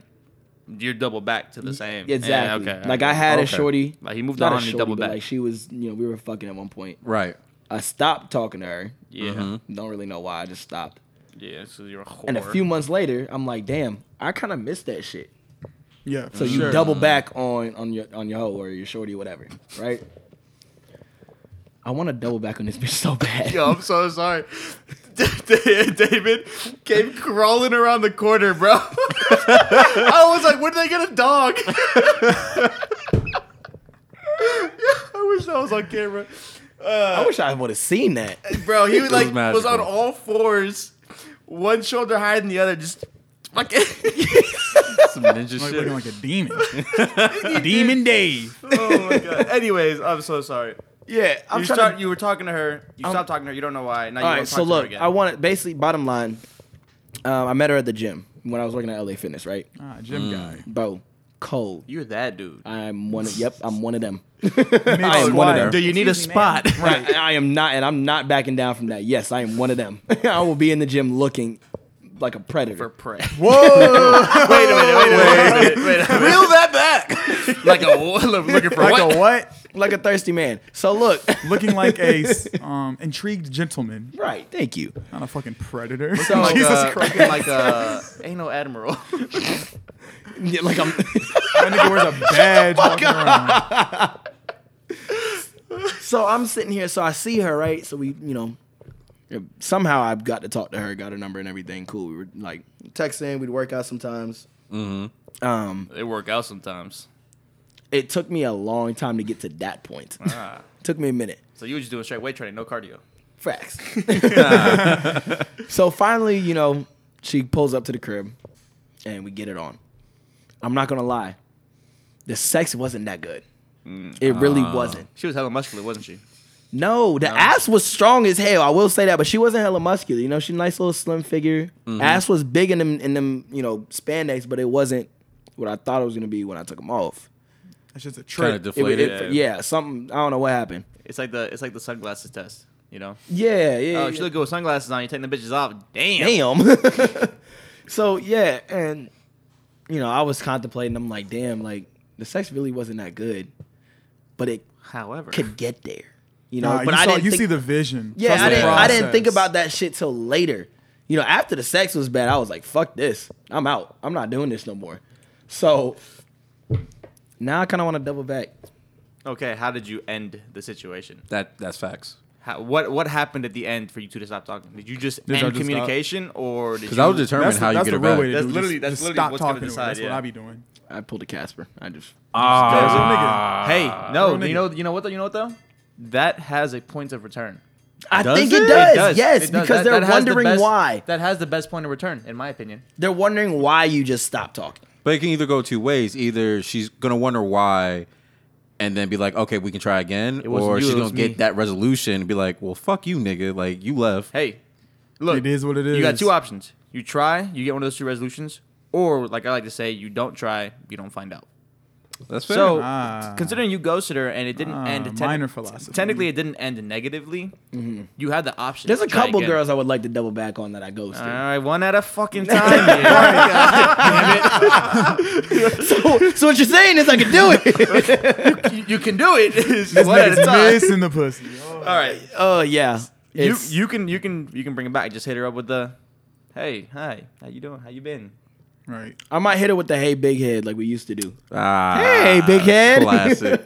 S6: you're double back to the same. Yeah,
S4: Exactly.
S6: okay.
S4: Like I had a
S2: Okay.
S4: shorty.
S6: Like, he moved
S4: not
S6: on
S4: a
S6: and he
S4: shorty,
S6: double
S4: but,
S6: back.
S4: Like she was, you know, we were fucking at one point.
S2: right.
S4: I stopped talking to her.
S6: Yeah.
S2: Mm-hmm.
S4: Don't really know why. I just stopped.
S6: Yeah. So you're a whore.
S4: And a few months later, I'm like, damn, I kind of missed that shit.
S5: Yeah.
S4: So you double back on on your on your hoe or your shorty, whatever, right? I want to double back on this bitch so bad.
S6: <laughs> Yo, I'm so sorry. <laughs> David came crawling around the corner, bro. <laughs> I was like, when did they get a dog? <laughs> yeah, I wish that was on camera.
S4: I wish I would have seen that.
S6: Bro, he was like was, on
S2: magical.
S6: all fours, one shoulder higher than the other, just fucking
S2: Some ninja
S5: Like,
S2: shit.
S5: looking like a demon. <laughs> demon Dave.
S6: <laughs> Oh my god. Anyways, I'm so sorry.
S4: Yeah, I'm
S6: you
S4: trying
S6: start
S4: to
S6: you were talking to her, you stopped talking to her, you don't know why. Now you
S4: All
S6: won't talk
S4: right, so
S6: to her
S4: look,
S6: again.
S4: I want to basically bottom line. Um, I met her at the gym when I was working at LA Fitness, right?
S6: Uh-huh.
S5: Ah, gym guy.
S4: Bro, cold.
S6: You're that dude.
S4: I'm one. Of, yep, I'm one of them.
S5: Mid
S4: am one of them.
S5: squat.
S6: Do you need a
S5: Excuse me, ma'am.
S6: spot? <laughs>
S4: Right. I am not, and I'm not backing down from that. Yes, I am one of them. <laughs> I will be in the gym looking like a
S6: for <laughs>
S4: predator.
S6: prey. Whoa! <laughs> wait a minute, wait a minute, wait a minute. Reel that back. like a looking for
S5: Like
S6: what?
S5: a what?
S4: <laughs> like a thirsty man. So look,
S5: Looking like a s- um, intrigued gentleman,
S4: <laughs> right? Thank you.
S5: not a fucking predator.
S4: So,
S6: Like
S5: <laughs> Jesus
S6: a,
S5: Christ.
S6: looking like a ain't no admiral.
S4: Yeah, like I'm. <laughs>
S5: That nigga wears a badge walking around.
S4: so I'm sitting here. So I see her, right? So we, you know, somehow I got to talk to her, got her number and everything. Cool. We were like texting. We'd work out sometimes. Mm-hmm. Um,
S6: <laughs> they work out sometimes.
S4: it took me a long time to get to that point.
S6: Ah,
S4: took me a minute.
S6: so you were just doing straight weight training, no cardio.
S4: Facts.
S6: <laughs>
S4: so finally, you know, she pulls up to the crib and we get it on. I'm not gonna lie. The sex wasn't that good.
S6: Mm.
S4: It really wasn't.
S6: She was hella muscular, wasn't she?
S4: No, the ass was strong as hell. I will say that, but she wasn't hella muscular. You know, she nice little slim figure. Ass was big in them in them, you know, spandex, but it wasn't what I thought it was gonna be when I took them off.
S5: That's just a
S2: Kind
S5: trick.
S2: of
S4: It,
S2: deflated.
S4: it- yeah, something I don't know what happened.
S6: It's like the it's like the sunglasses test, you know.
S4: Yeah, yeah.
S6: Oh,
S4: yeah.
S6: she look good with sunglasses on. You taking the bitches off? Damn. <laughs>
S4: damn. so yeah, and you know, I was contemplating. I'm like, damn, like the sex really wasn't that good, but it
S6: However,
S4: could get there. You know,
S5: Nah,
S4: but
S5: you,
S4: I
S5: saw,
S4: didn't.
S5: you
S4: think,
S5: see the vision.
S4: yeah,
S5: Trust
S4: I
S5: the
S4: didn't. I didn't think
S5: process.
S4: about that shit till later. You know, after the sex was bad, I was like, fuck this. I'm out. I'm not doing this no more. So now I kind of want to double back.
S6: okay. How did you end the situation?
S2: That that's facts.
S6: How, what what happened at the end for you two to stop talking? Did you just
S5: Did y'all
S6: end
S5: just
S6: communication, or did you?
S2: Because that will determine
S5: That's,
S2: how
S5: the,
S2: you
S5: that's
S2: get
S5: the
S2: her
S5: real
S2: back.
S5: way to
S6: That's
S5: do it.
S6: literally-
S5: just,
S6: that's
S5: just
S6: literally
S5: stop
S6: what's gonna
S5: talking to her.
S6: decide,
S5: That's what
S6: yeah.
S5: I be doing.
S4: I pulled a Casper. I just
S5: Ah.
S6: hey, no,
S5: Real
S6: you know, you know what though, you know what though, that has a point of return.
S4: I
S2: Does
S4: think
S2: it?
S4: it
S2: It
S4: does.
S6: It does.
S4: Yes,
S6: It does.
S4: because
S6: That-
S4: they're
S6: that has the
S4: wondering
S6: best-
S4: why.
S6: That has the best point of return, in my opinion.
S4: They're wondering why you just stopped talking.
S2: But it can either go two ways. Either she's gonna wonder why, and then be like, "Okay, we can try again,"
S6: It wasn't
S2: or
S6: you,
S2: she's
S6: it
S2: gonna
S6: was me.
S2: get that resolution and be like, "Well, fuck you, nigga. Like you left."
S6: Hey, look,
S5: It is what it
S6: You got
S5: is.
S6: two options. You try, you get one of those two resolutions, or like I like to say, you don't try, you don't find out.
S2: That's fair.
S6: So,
S5: Ah.
S6: considering you ghosted her and it didn't
S5: Ah,
S6: end,
S5: minor philosophy.
S6: technically it didn't end negatively. You had the option.
S4: There's
S6: to
S4: a
S6: try
S4: couple
S6: again. Uh-huh.
S4: girls I would like to double back on that I ghosted.
S6: All right, one at a <laughs> fucking time. here. God
S4: <laughs> so, so what you're saying is I can do it.
S6: <laughs>
S5: <laughs>
S6: damn it. You, you can do it. <laughs> It's
S5: This
S6: one at a
S5: nigga's
S6: time.
S5: missing the pussy.
S6: All right,
S4: Oh <laughs> yeah.
S6: you
S4: It's-
S6: you can you can you can bring it back. Just hit her up with the, hey, hi, how you doing? How you been?
S5: Right.
S4: I might hit her with the hey big head like we used to do.
S2: Ah,
S4: Hey, big head.
S2: Classic.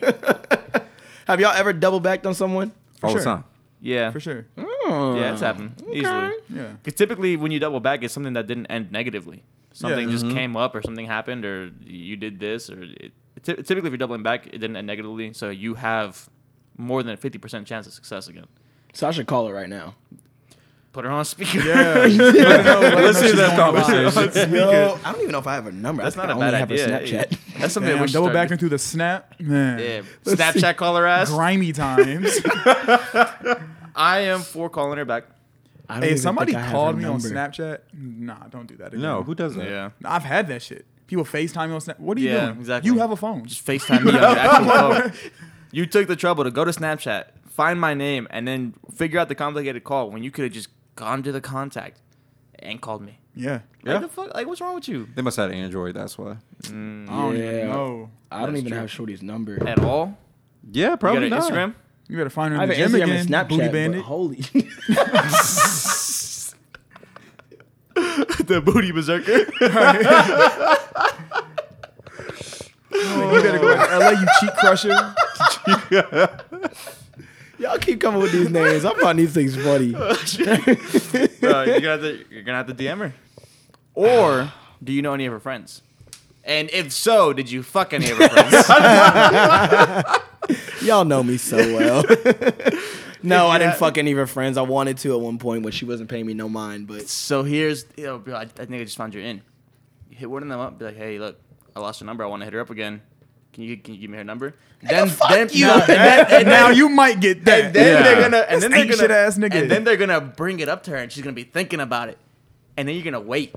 S4: Have y'all ever double backed on someone? Hmm.
S2: All
S5: sure.
S2: the time.
S6: Yeah,
S5: For sure.
S6: yeah, it's happened easily.
S5: Yeah.
S6: 'Cause typically, when you double back, it's something that didn't end negatively. Something just
S4: Mm-hmm.
S6: came up, or something happened, or you did this, or it, ty- typically, if you're doubling back, it didn't end negatively, so you have more than a fifty percent chance of success again.
S4: So I should call her right now.
S6: Put her on <laughs> speaker.
S5: <laughs> Yeah. Let's
S2: hear that conversation.
S4: Yo, I don't even know if I have a number.
S6: That's
S4: I
S6: not
S4: think
S6: a
S4: I
S6: bad idea.
S4: only have her Snapchat.
S6: Yeah. That's something
S5: Damn,
S6: we should
S5: double
S6: start
S5: backing
S6: doing.
S5: through the snap. Man.
S6: Yeah,
S4: <laughs> Let's see.
S6: Snapchat call her ass. <laughs>
S5: Grimy times.
S6: I am for calling her back.
S4: <laughs> I don't
S5: hey,
S4: even
S5: if somebody
S4: think I have
S5: called
S4: her
S5: me on
S4: number.
S5: Snapchat, nah, don't do that again.
S2: No, who does that?
S5: I've had that shit. People FaceTime me on Snap. What are you
S6: Yeah,
S5: doing?
S6: exactly.
S5: You have a phone.
S6: Just FaceTime me on your actual phone. "Oh,
S4: <laughs>
S6: You took the trouble to go to Snapchat, find my name, and then figure out the complicated call when you could have just gone to the contact and called me.
S5: yeah.
S6: Like, the fuck? Like, what's wrong with you?
S2: They must have an Android. That's why.
S5: I don't
S4: Yeah.
S5: even know.
S4: I don't
S6: That's
S4: even
S6: true.
S4: have Shorty's number.
S6: At all?
S2: Yeah, probably
S6: you got an
S2: not.
S6: Instagram?
S2: <laughs>
S5: You better find her
S4: I
S5: in
S4: have
S5: the
S4: an Instagram
S5: gym again.
S4: and Snapchat.
S5: Booty
S4: but
S5: bandit.
S4: holy. <laughs>
S6: the booty <laughs> berserker.
S5: You better go to LA, you cheat crusher.
S4: y'all keep coming with these names. I find these things funny.
S6: Bro, you're, gonna have to, you're gonna have to DM her. Or do you know any of her friends? And if so, did you fuck any of her friends?
S4: Y'all know me so well. <laughs> no, I didn't
S6: Yeah.
S4: fuck any of her friends. I wanted to at one point when she wasn't paying me no mind, but
S6: So here's, yo, bro, I, I think I just found your in. You hit one of them up, be like, hey, look, I lost her number. I want to hit her up again. Can you can you give me her number? Then then
S4: you.
S6: no, and then, and
S5: now
S6: then-
S5: you might get that.
S6: and then
S2: Yeah.
S6: they're gonna and
S5: This
S6: then they're
S5: ain't
S6: gonna
S5: shit ass nigga.
S6: and then they're gonna bring it up to her, and she's gonna be thinking about it, and then you're gonna wait.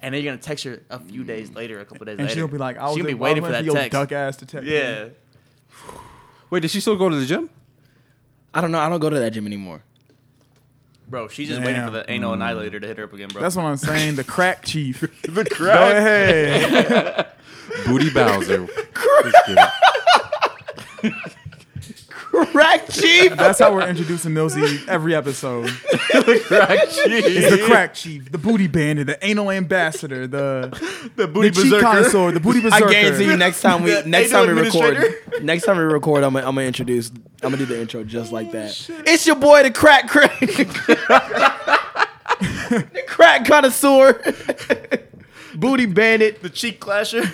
S6: And then you're gonna text her a few days later, a couple days
S5: and
S6: later.
S5: she'll be like, I was
S6: she's gonna be
S5: I
S6: waiting
S5: went
S6: for that
S5: your
S6: text.
S5: duck ass to text.
S6: Yeah,
S2: Wait, did she still go to the gym?
S4: I don't know. I don't go to that gym anymore.
S6: bro, she's just waiting for
S5: Damn.
S6: the anal annihilator to hit her up again, bro.
S5: That's what I'm saying. The crack
S6: <laughs>
S5: chief. the crack.
S2: <laughs> Booty Bowser.
S4: Crack chief.
S5: That's how we're introducing Millsy every
S6: <laughs>
S5: episode. the crack chief. He's the crack chief, the booty bandit, the anal ambassador, the the
S2: booty
S5: cheek
S2: berserker.
S5: connoisseur, the booty
S4: I
S5: berserker.
S4: guarantee you next time we
S2: The
S4: next
S2: anal
S4: time we record
S2: administrator?
S4: next time we record I'm gonna, I'm gonna introduce I'm gonna do the intro just like that. It's your boy the crack crack the crack connoisseur booty bandit.
S6: <laughs> The cheek
S5: <laughs>
S6: clasher,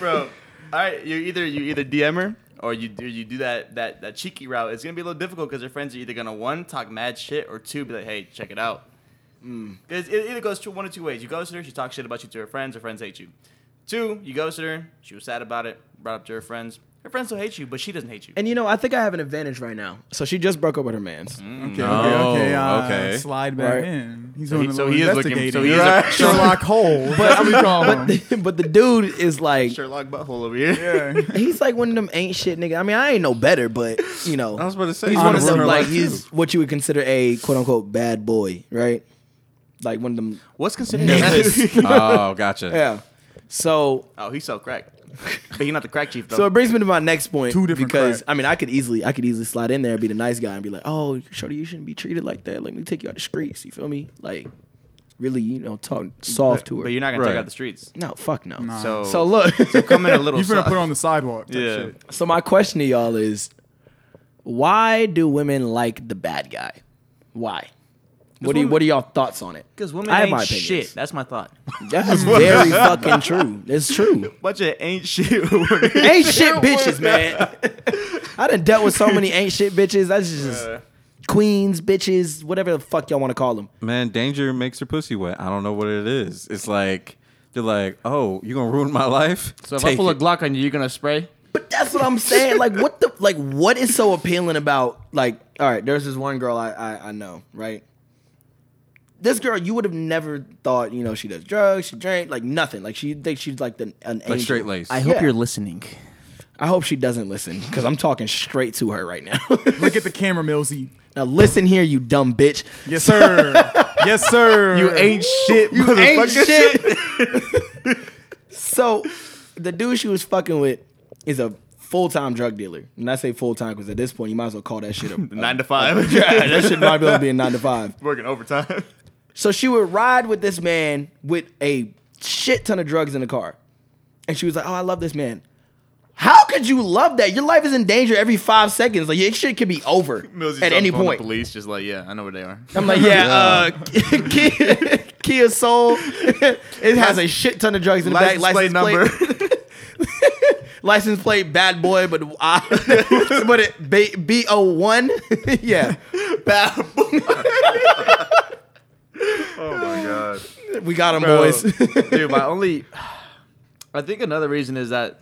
S6: bro. All right, you either you either DM her or you do you do that that that cheeky route. It's gonna be a little difficult because your friends are either gonna one talk mad shit or two be like, hey, check it out. 'Cause it either goes to one of two ways. You ghost her, she talks shit about you to her friends, her friends hate you. Two, you ghosted her, she was sad about it, brought up to her friends. Her friends still hate you, but she doesn't hate you.
S4: And you know I think I have an advantage right now. So she just broke up with her man's.
S5: Okay, okay, okay.
S2: No,
S5: Uh,
S2: okay.
S5: Slide back
S4: Right.
S5: in. He's
S6: Oh, So
S5: doing
S6: he-
S5: a
S6: so
S5: little
S6: he is looking-
S5: investigating.
S6: so he is a- Right.
S5: Sherlock
S6: <laughs>
S5: Holmes. That's what we call
S4: <laughs>
S5: him.
S4: but the dude is like
S6: Sherlock butthole over here.
S5: <laughs> Yeah.
S4: he's like one of them ain't shit nigga. I mean I ain't no better but you know
S2: I was about to say
S4: he's
S5: On
S4: one
S5: the
S4: of them
S5: rumor
S4: like
S5: line,
S4: he's what you would consider a quote unquote bad boy, right? Like one of them.
S6: What's considered <laughs>
S4: Nemesis.
S2: Oh, gotcha.
S4: Yeah. So
S6: Oh, he sell crack, but he not the crack chief though.
S4: so it brings me to my next point.
S5: Two different
S4: because
S5: cracks.
S4: I mean I could easily I could easily slide in there and be the nice guy and be like, oh, shorty, you shouldn't be treated like that. Let me take you out the streets. You feel me? Like really, you know, talk soft to her.
S6: but you're not gonna
S2: Right.
S6: take out the streets.
S4: no, fuck no.
S6: So
S4: So look,
S6: come in a little.
S5: <laughs> You're gonna
S6: soft.
S5: put on the sidewalk. Type
S6: Yeah.
S5: Shit.
S4: so my question to y'all is, why do women like the bad guy? Why? What do you,
S6: women-
S4: what are y'all thoughts on it?
S6: Because women
S4: I have
S6: ain't
S4: my opinions.
S6: shit. That's my thought.
S4: That's very fucking true. It's true.
S6: <laughs> Bunch of ain't shit. <laughs>
S4: Ain't shit bitches, man. I done dealt with so many ain't shit bitches. That's just queens, bitches, whatever the fuck y'all want to call them.
S2: Man, danger makes her pussy wet. I don't know what it is. It's like they're like, oh, you gonna ruin my life?
S6: so if I
S2: Take
S6: pull
S2: it.
S6: a Glock on you, you're gonna spray.
S4: But that's what I'm saying. Like, what the like? What is so appealing about like? All right, there's this one girl I I, I know, right? This girl, you would have never thought, you know, she does drugs, she drank, like nothing. Like she thinks she's like the an angel.
S2: straight-laced.
S4: I hope you're.
S6: listening.
S4: I hope she doesn't listen because I'm talking straight to her right now. <laughs>
S5: Look at the camera, Millsy.
S4: now listen here, you dumb bitch.
S5: Yes,
S6: <laughs>
S5: sir. yes, sir.
S6: You ain't shit. You
S4: ain't shit. so, the dude she was fucking with is a full time drug dealer. And I say full time because at this point, you might as well call that shit a
S6: Nine to <laughs> five.
S4: that shit might be able to be a nine to five.
S6: working overtime. <laughs>
S4: So she would ride with this man with a shit ton of drugs in the car. And she was like, Oh, I love this man. How could you love that? Your life is in danger every five seconds. Like, your shit could be
S6: <laughs>
S4: over at any point.
S6: police just like, yeah, I know where they are.
S4: I'm like, yeah,
S6: <laughs>
S4: uh, <laughs> Kia, Kia Soul. <laughs> it has a shit ton of drugs in the back. License plate, <laughs> license plate, bad boy, but <laughs> I, <laughs> but it B O one. <laughs> Yeah,
S6: Bad boy. oh my god.
S4: we got him,
S6: Bro, <laughs>
S4: boys.
S6: dude, my only. <sighs> I think another reason is that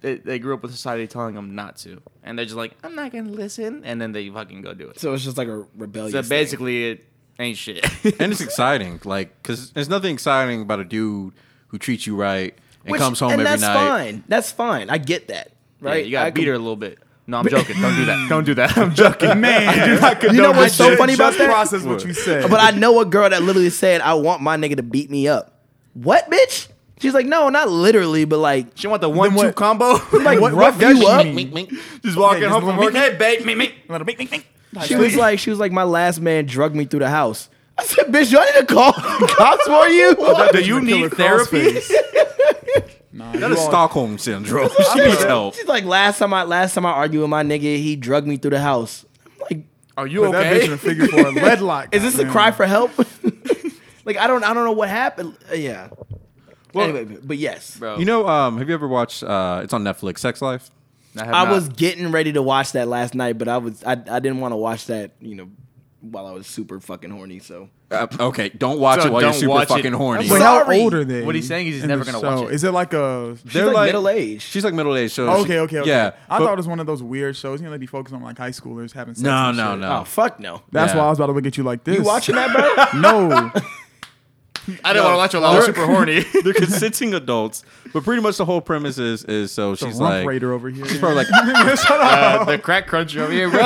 S6: they, they grew up with society telling them not to, and they're just like, I'm not gonna listen, and then they fucking go do it. So,
S4: so it's just like a rebellion.
S6: basically, it ain't shit. <laughs>
S2: and it's exciting, like, cause there's nothing exciting about a dude who treats you right and comes home
S4: and
S2: every
S4: that's
S2: night.
S4: fine. That's fine. I get that. Right?
S6: Yeah, you gotta
S4: I
S6: beat
S4: com-
S6: her a little bit. No, I'm joking. Don't do that. <laughs> Don't do that. I'm joking.
S5: Man, I do not
S4: You know what's so funny about
S5: just
S4: that?
S5: Process what you said.
S4: But I know a girl that literally said, "I want my nigga to beat me up." What, bitch? She's like, no, not literally, but like,
S6: She want the one two combo.
S4: like
S5: <laughs> what-
S4: rough
S5: what does
S4: you
S5: she
S4: up.
S5: mean?
S6: just walking
S5: just
S6: home from
S5: little
S6: work. Hey, babe, meet me.
S5: Let it bing, bing, bing.
S4: She <laughs> was like, she was like, my last man drugged me through the house. I said, bitch, do I need to call the <laughs> cops for you?
S6: Do you need therapy?
S5: nah,
S2: That is Stockholm syndrome. she needs help.
S4: She's like, last time I last time I argued with my nigga, he drugged me through the house. I'm like,
S6: <laughs> Are you
S5: That bitch in
S6: okay?
S5: a figure for a
S4: <laughs>
S5: lead lock.
S4: is this a
S5: goddamn.
S4: cry for help? <laughs> like, I don't, I don't know what happened. Uh, yeah. anyway, but, but yes,
S6: Bro,
S2: You know, um, have you ever watched? Uh, it's on Netflix. Sex Life.
S6: have
S4: I
S6: not-
S4: was getting ready to watch that last night, but I was, I, I didn't want to watch that, you know, while I was super fucking horny. So
S2: Uh, okay, don't watch
S6: So
S2: it while you're
S6: don't
S2: super
S6: watch it.
S2: fucking horny.
S5: Wait,
S4: Sorry.
S5: how old are they?
S6: What he's saying is he's
S5: in the
S6: never gonna watch
S5: show?
S6: it.
S5: Is it like a?
S2: They're
S4: like middle age.
S2: She's like middle aged. So she-
S5: <laughs> Okay, okay, okay.
S2: Yeah,
S5: I
S2: but-
S5: thought it was one of those weird shows. You know, they be focused on like high schoolers having sex.
S2: no,
S5: and
S2: no,
S5: shit.
S2: no.
S4: oh fuck no,
S5: That's
S2: Yeah.
S5: why I was about to look at you like this.
S4: you watching that, bro?
S5: <laughs> No.
S6: I didn't want to watch it. I was super horny.
S2: They're consenting adults, but pretty much the whole premise is is so she's
S5: rump
S2: like
S5: raider over here.
S2: She's probably like <laughs>
S6: Uh, <laughs> the crack cruncher over here, bro.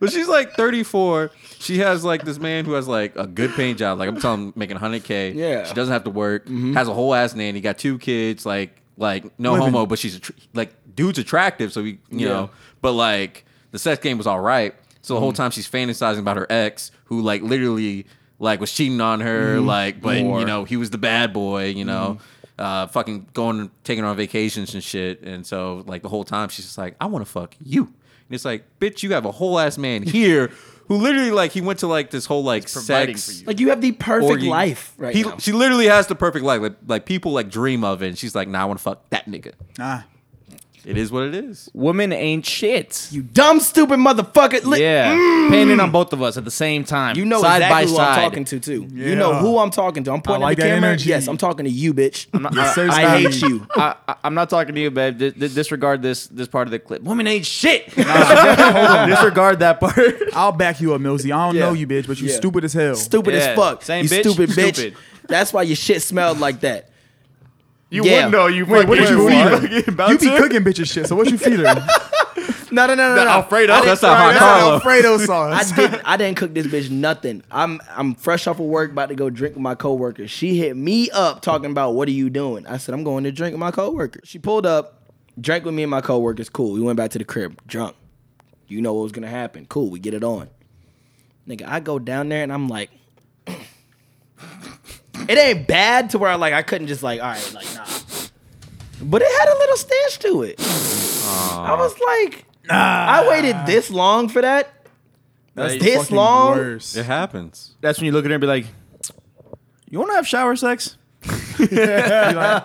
S2: But she's like 34. She has like this man who has like a good paying job. Like I'm telling him, making 100K.
S4: Yeah.
S2: She doesn't have to work. Has a whole ass nanny. Got two kids. Like Like no
S5: Mm-hmm. Living.
S2: homo, Oh, but she's attr- like dude's attractive, so we you know. But like the sex game was all right. So the whole
S4: Mm-hmm.
S2: time she's fantasizing about her ex, who like literally like was cheating on her,
S4: Mm-hmm.
S2: like but you know he was the bad boy, you know. Uh, fucking going taking her on vacations and shit, and so like the whole time she's just like, I want to fuck you, and it's like, bitch, you have a whole
S4: <laughs>
S2: ass man here who literally like he went to like this whole like
S6: providing
S2: sex
S6: for you.
S4: Like you have the perfect
S2: orgy.
S4: life right
S2: He-
S4: now.
S2: She literally has the perfect life. Like, like people like dream of it. And she's like, nah, I want to fuck that nigga.
S5: Nah.
S2: It is what it is.
S6: Women ain't shit.
S4: You dumb, stupid motherfucker. Li-
S6: yeah,
S5: Mm.
S6: paying in on both of us at the same time.
S4: You know
S6: side
S4: exactly
S6: by
S4: who
S6: side.
S4: I'm talking to too. You know
S5: Yeah.
S4: who I'm talking to. I'm pointing
S5: like
S4: at
S5: that
S4: the camera.
S5: energy.
S4: Yes, I'm talking to you, bitch.
S5: Yes, sir,
S4: <laughs> I
S5: Snotty.
S4: hate you.
S6: I, I, I'm not talking to you, babe. Dis- dis- disregard this this part of the clip. Women ain't shit. <laughs> disregard that part.
S5: I'll back you up, Millsy. I don't
S4: Yeah.
S5: know you, bitch, but you
S4: Yeah.
S5: stupid as hell.
S4: Stupid
S6: Yeah.
S4: as fuck.
S6: Same
S4: you
S6: bitch,
S4: <laughs> stupid bitch.
S6: stupid.
S4: That's why your shit smelled like that.
S6: You
S4: Yeah.
S6: wouldn't know. You
S5: Wait, what did
S6: fucking-
S5: you feed
S6: fucking
S5: her? You be
S6: bouncer.
S5: cooking bitches shit, so what you feed her?
S4: No, no, no, no, no.
S2: Alfredo. That's not
S5: That's
S2: Giancarlo.
S5: Alfredo
S4: I
S5: sauce.
S4: didn't. I didn't cook this bitch nothing. I'm I'm fresh off of work, about to go drink with my coworker. She hit me up talking about what are you doing? I said I'm going to drink with my coworker. She pulled up, drank with me and my coworkers. Cool. We went back to the crib, drunk. You know what was gonna happen. Cool. We get it on. Nigga, I go down there and I'm like, <laughs> it ain't bad to where I like I couldn't just like all right like nah, but it had a little stench to it. I was like, I waited this long for that.
S5: <laughs>
S6: Like,
S4: this
S5: Fucking
S4: long.
S5: worse.
S2: It happens.
S6: That's when you look at her and be like, "You want to have shower sex?" <laughs>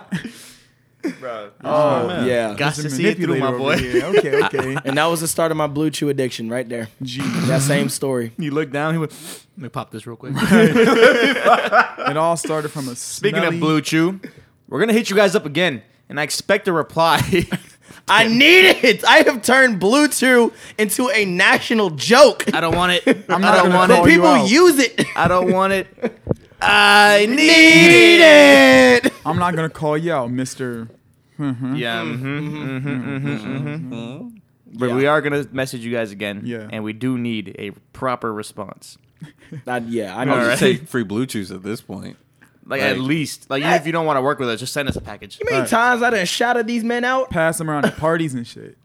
S4: Yeah.
S6: Got to
S5: It's a
S6: see it through, my
S5: manipulator over
S6: boy.
S5: here. Okay, okay. <laughs>
S4: And that was the start of my blue chew addiction right there.
S5: Jeez.
S4: That same <laughs> story.
S6: You look down. He went, "Let me pop this real <laughs> quick."
S5: It all started from a
S6: Speaking of Blue Chew, we're gonna hit you guys up again, and I expect a reply.
S4: I need it. I have turned blue chew into a national joke.
S6: <laughs> I don't want <laughs> it.
S5: I'm
S6: I'm
S5: not
S6: not I do
S5: gonna
S6: not want
S5: call
S6: it.
S5: you
S4: People
S5: out.
S4: use it. <laughs>
S6: I don't want it. <laughs> I need it.
S4: Need it.
S5: I'm not gonna call you out, Mister.
S6: Yeah. But we are gonna message you guys again.
S5: Yeah.
S6: And we do need a proper response.
S4: I- yeah, I
S2: I would
S4: know.
S2: just take free blue chews at this point.
S6: Like,
S2: Right.
S6: at least, like even if you don't want to work with us, just send us a package.
S4: How many times I done shouted these men out?
S5: Pass them around at parties and shit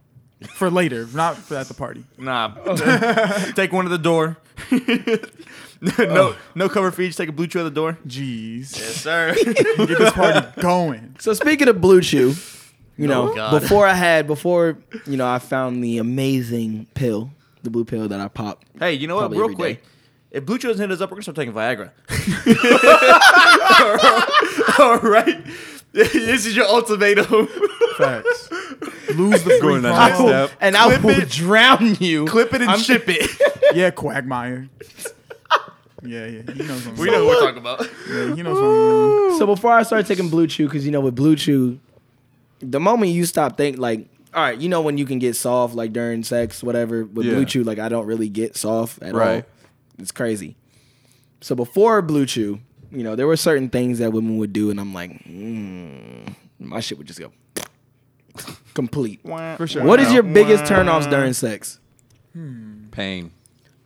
S5: for later, not for at the party.
S6: <laughs> Nah. take one to the door. <laughs> no, no cover for each. Take a blue chew at the door.
S5: Jeez,
S6: Oh. <laughs> Sir.
S5: get
S6: <laughs>
S5: this party going.
S4: So speaking of blue chew, you know,
S6: Oh, God.
S4: before I had before, you know, I found the amazing pill, the blue pill that I popped.
S6: hey, you know what?
S4: Probably
S6: Real
S4: every day.
S6: quick. If Blue Chew doesn't hit us up, we're gonna start taking
S4: <laughs>
S6: Viagra. All right. <laughs> this is your ultimatum.
S5: Facts. Lose the free
S2: Going on
S5: promo.
S2: that
S4: And I
S6: Clip
S4: will
S6: it.
S4: drown you.
S6: Clip it and ship
S4: <laughs>
S6: it. <laughs>
S5: Yeah, Quagmire. Yeah, yeah, he knows. What I'm
S6: We know what we're talking about.
S5: saying. He knows. What I'm saying.
S4: So before I started taking Blue Chew, because you know with Blue Chew, the moment you stop think like, all right, you know when you can get soft like during sex, whatever. With
S2: Yeah.
S4: Blue Chew, like I don't really get soft at all.
S2: Right.
S4: It's crazy. So before Blue Chew, you know there were certain things that women would do, and I'm like, mm, my shit would just go <laughs> complete.
S5: For sure.
S4: What is your biggest turnoffs during sex?
S2: Pain.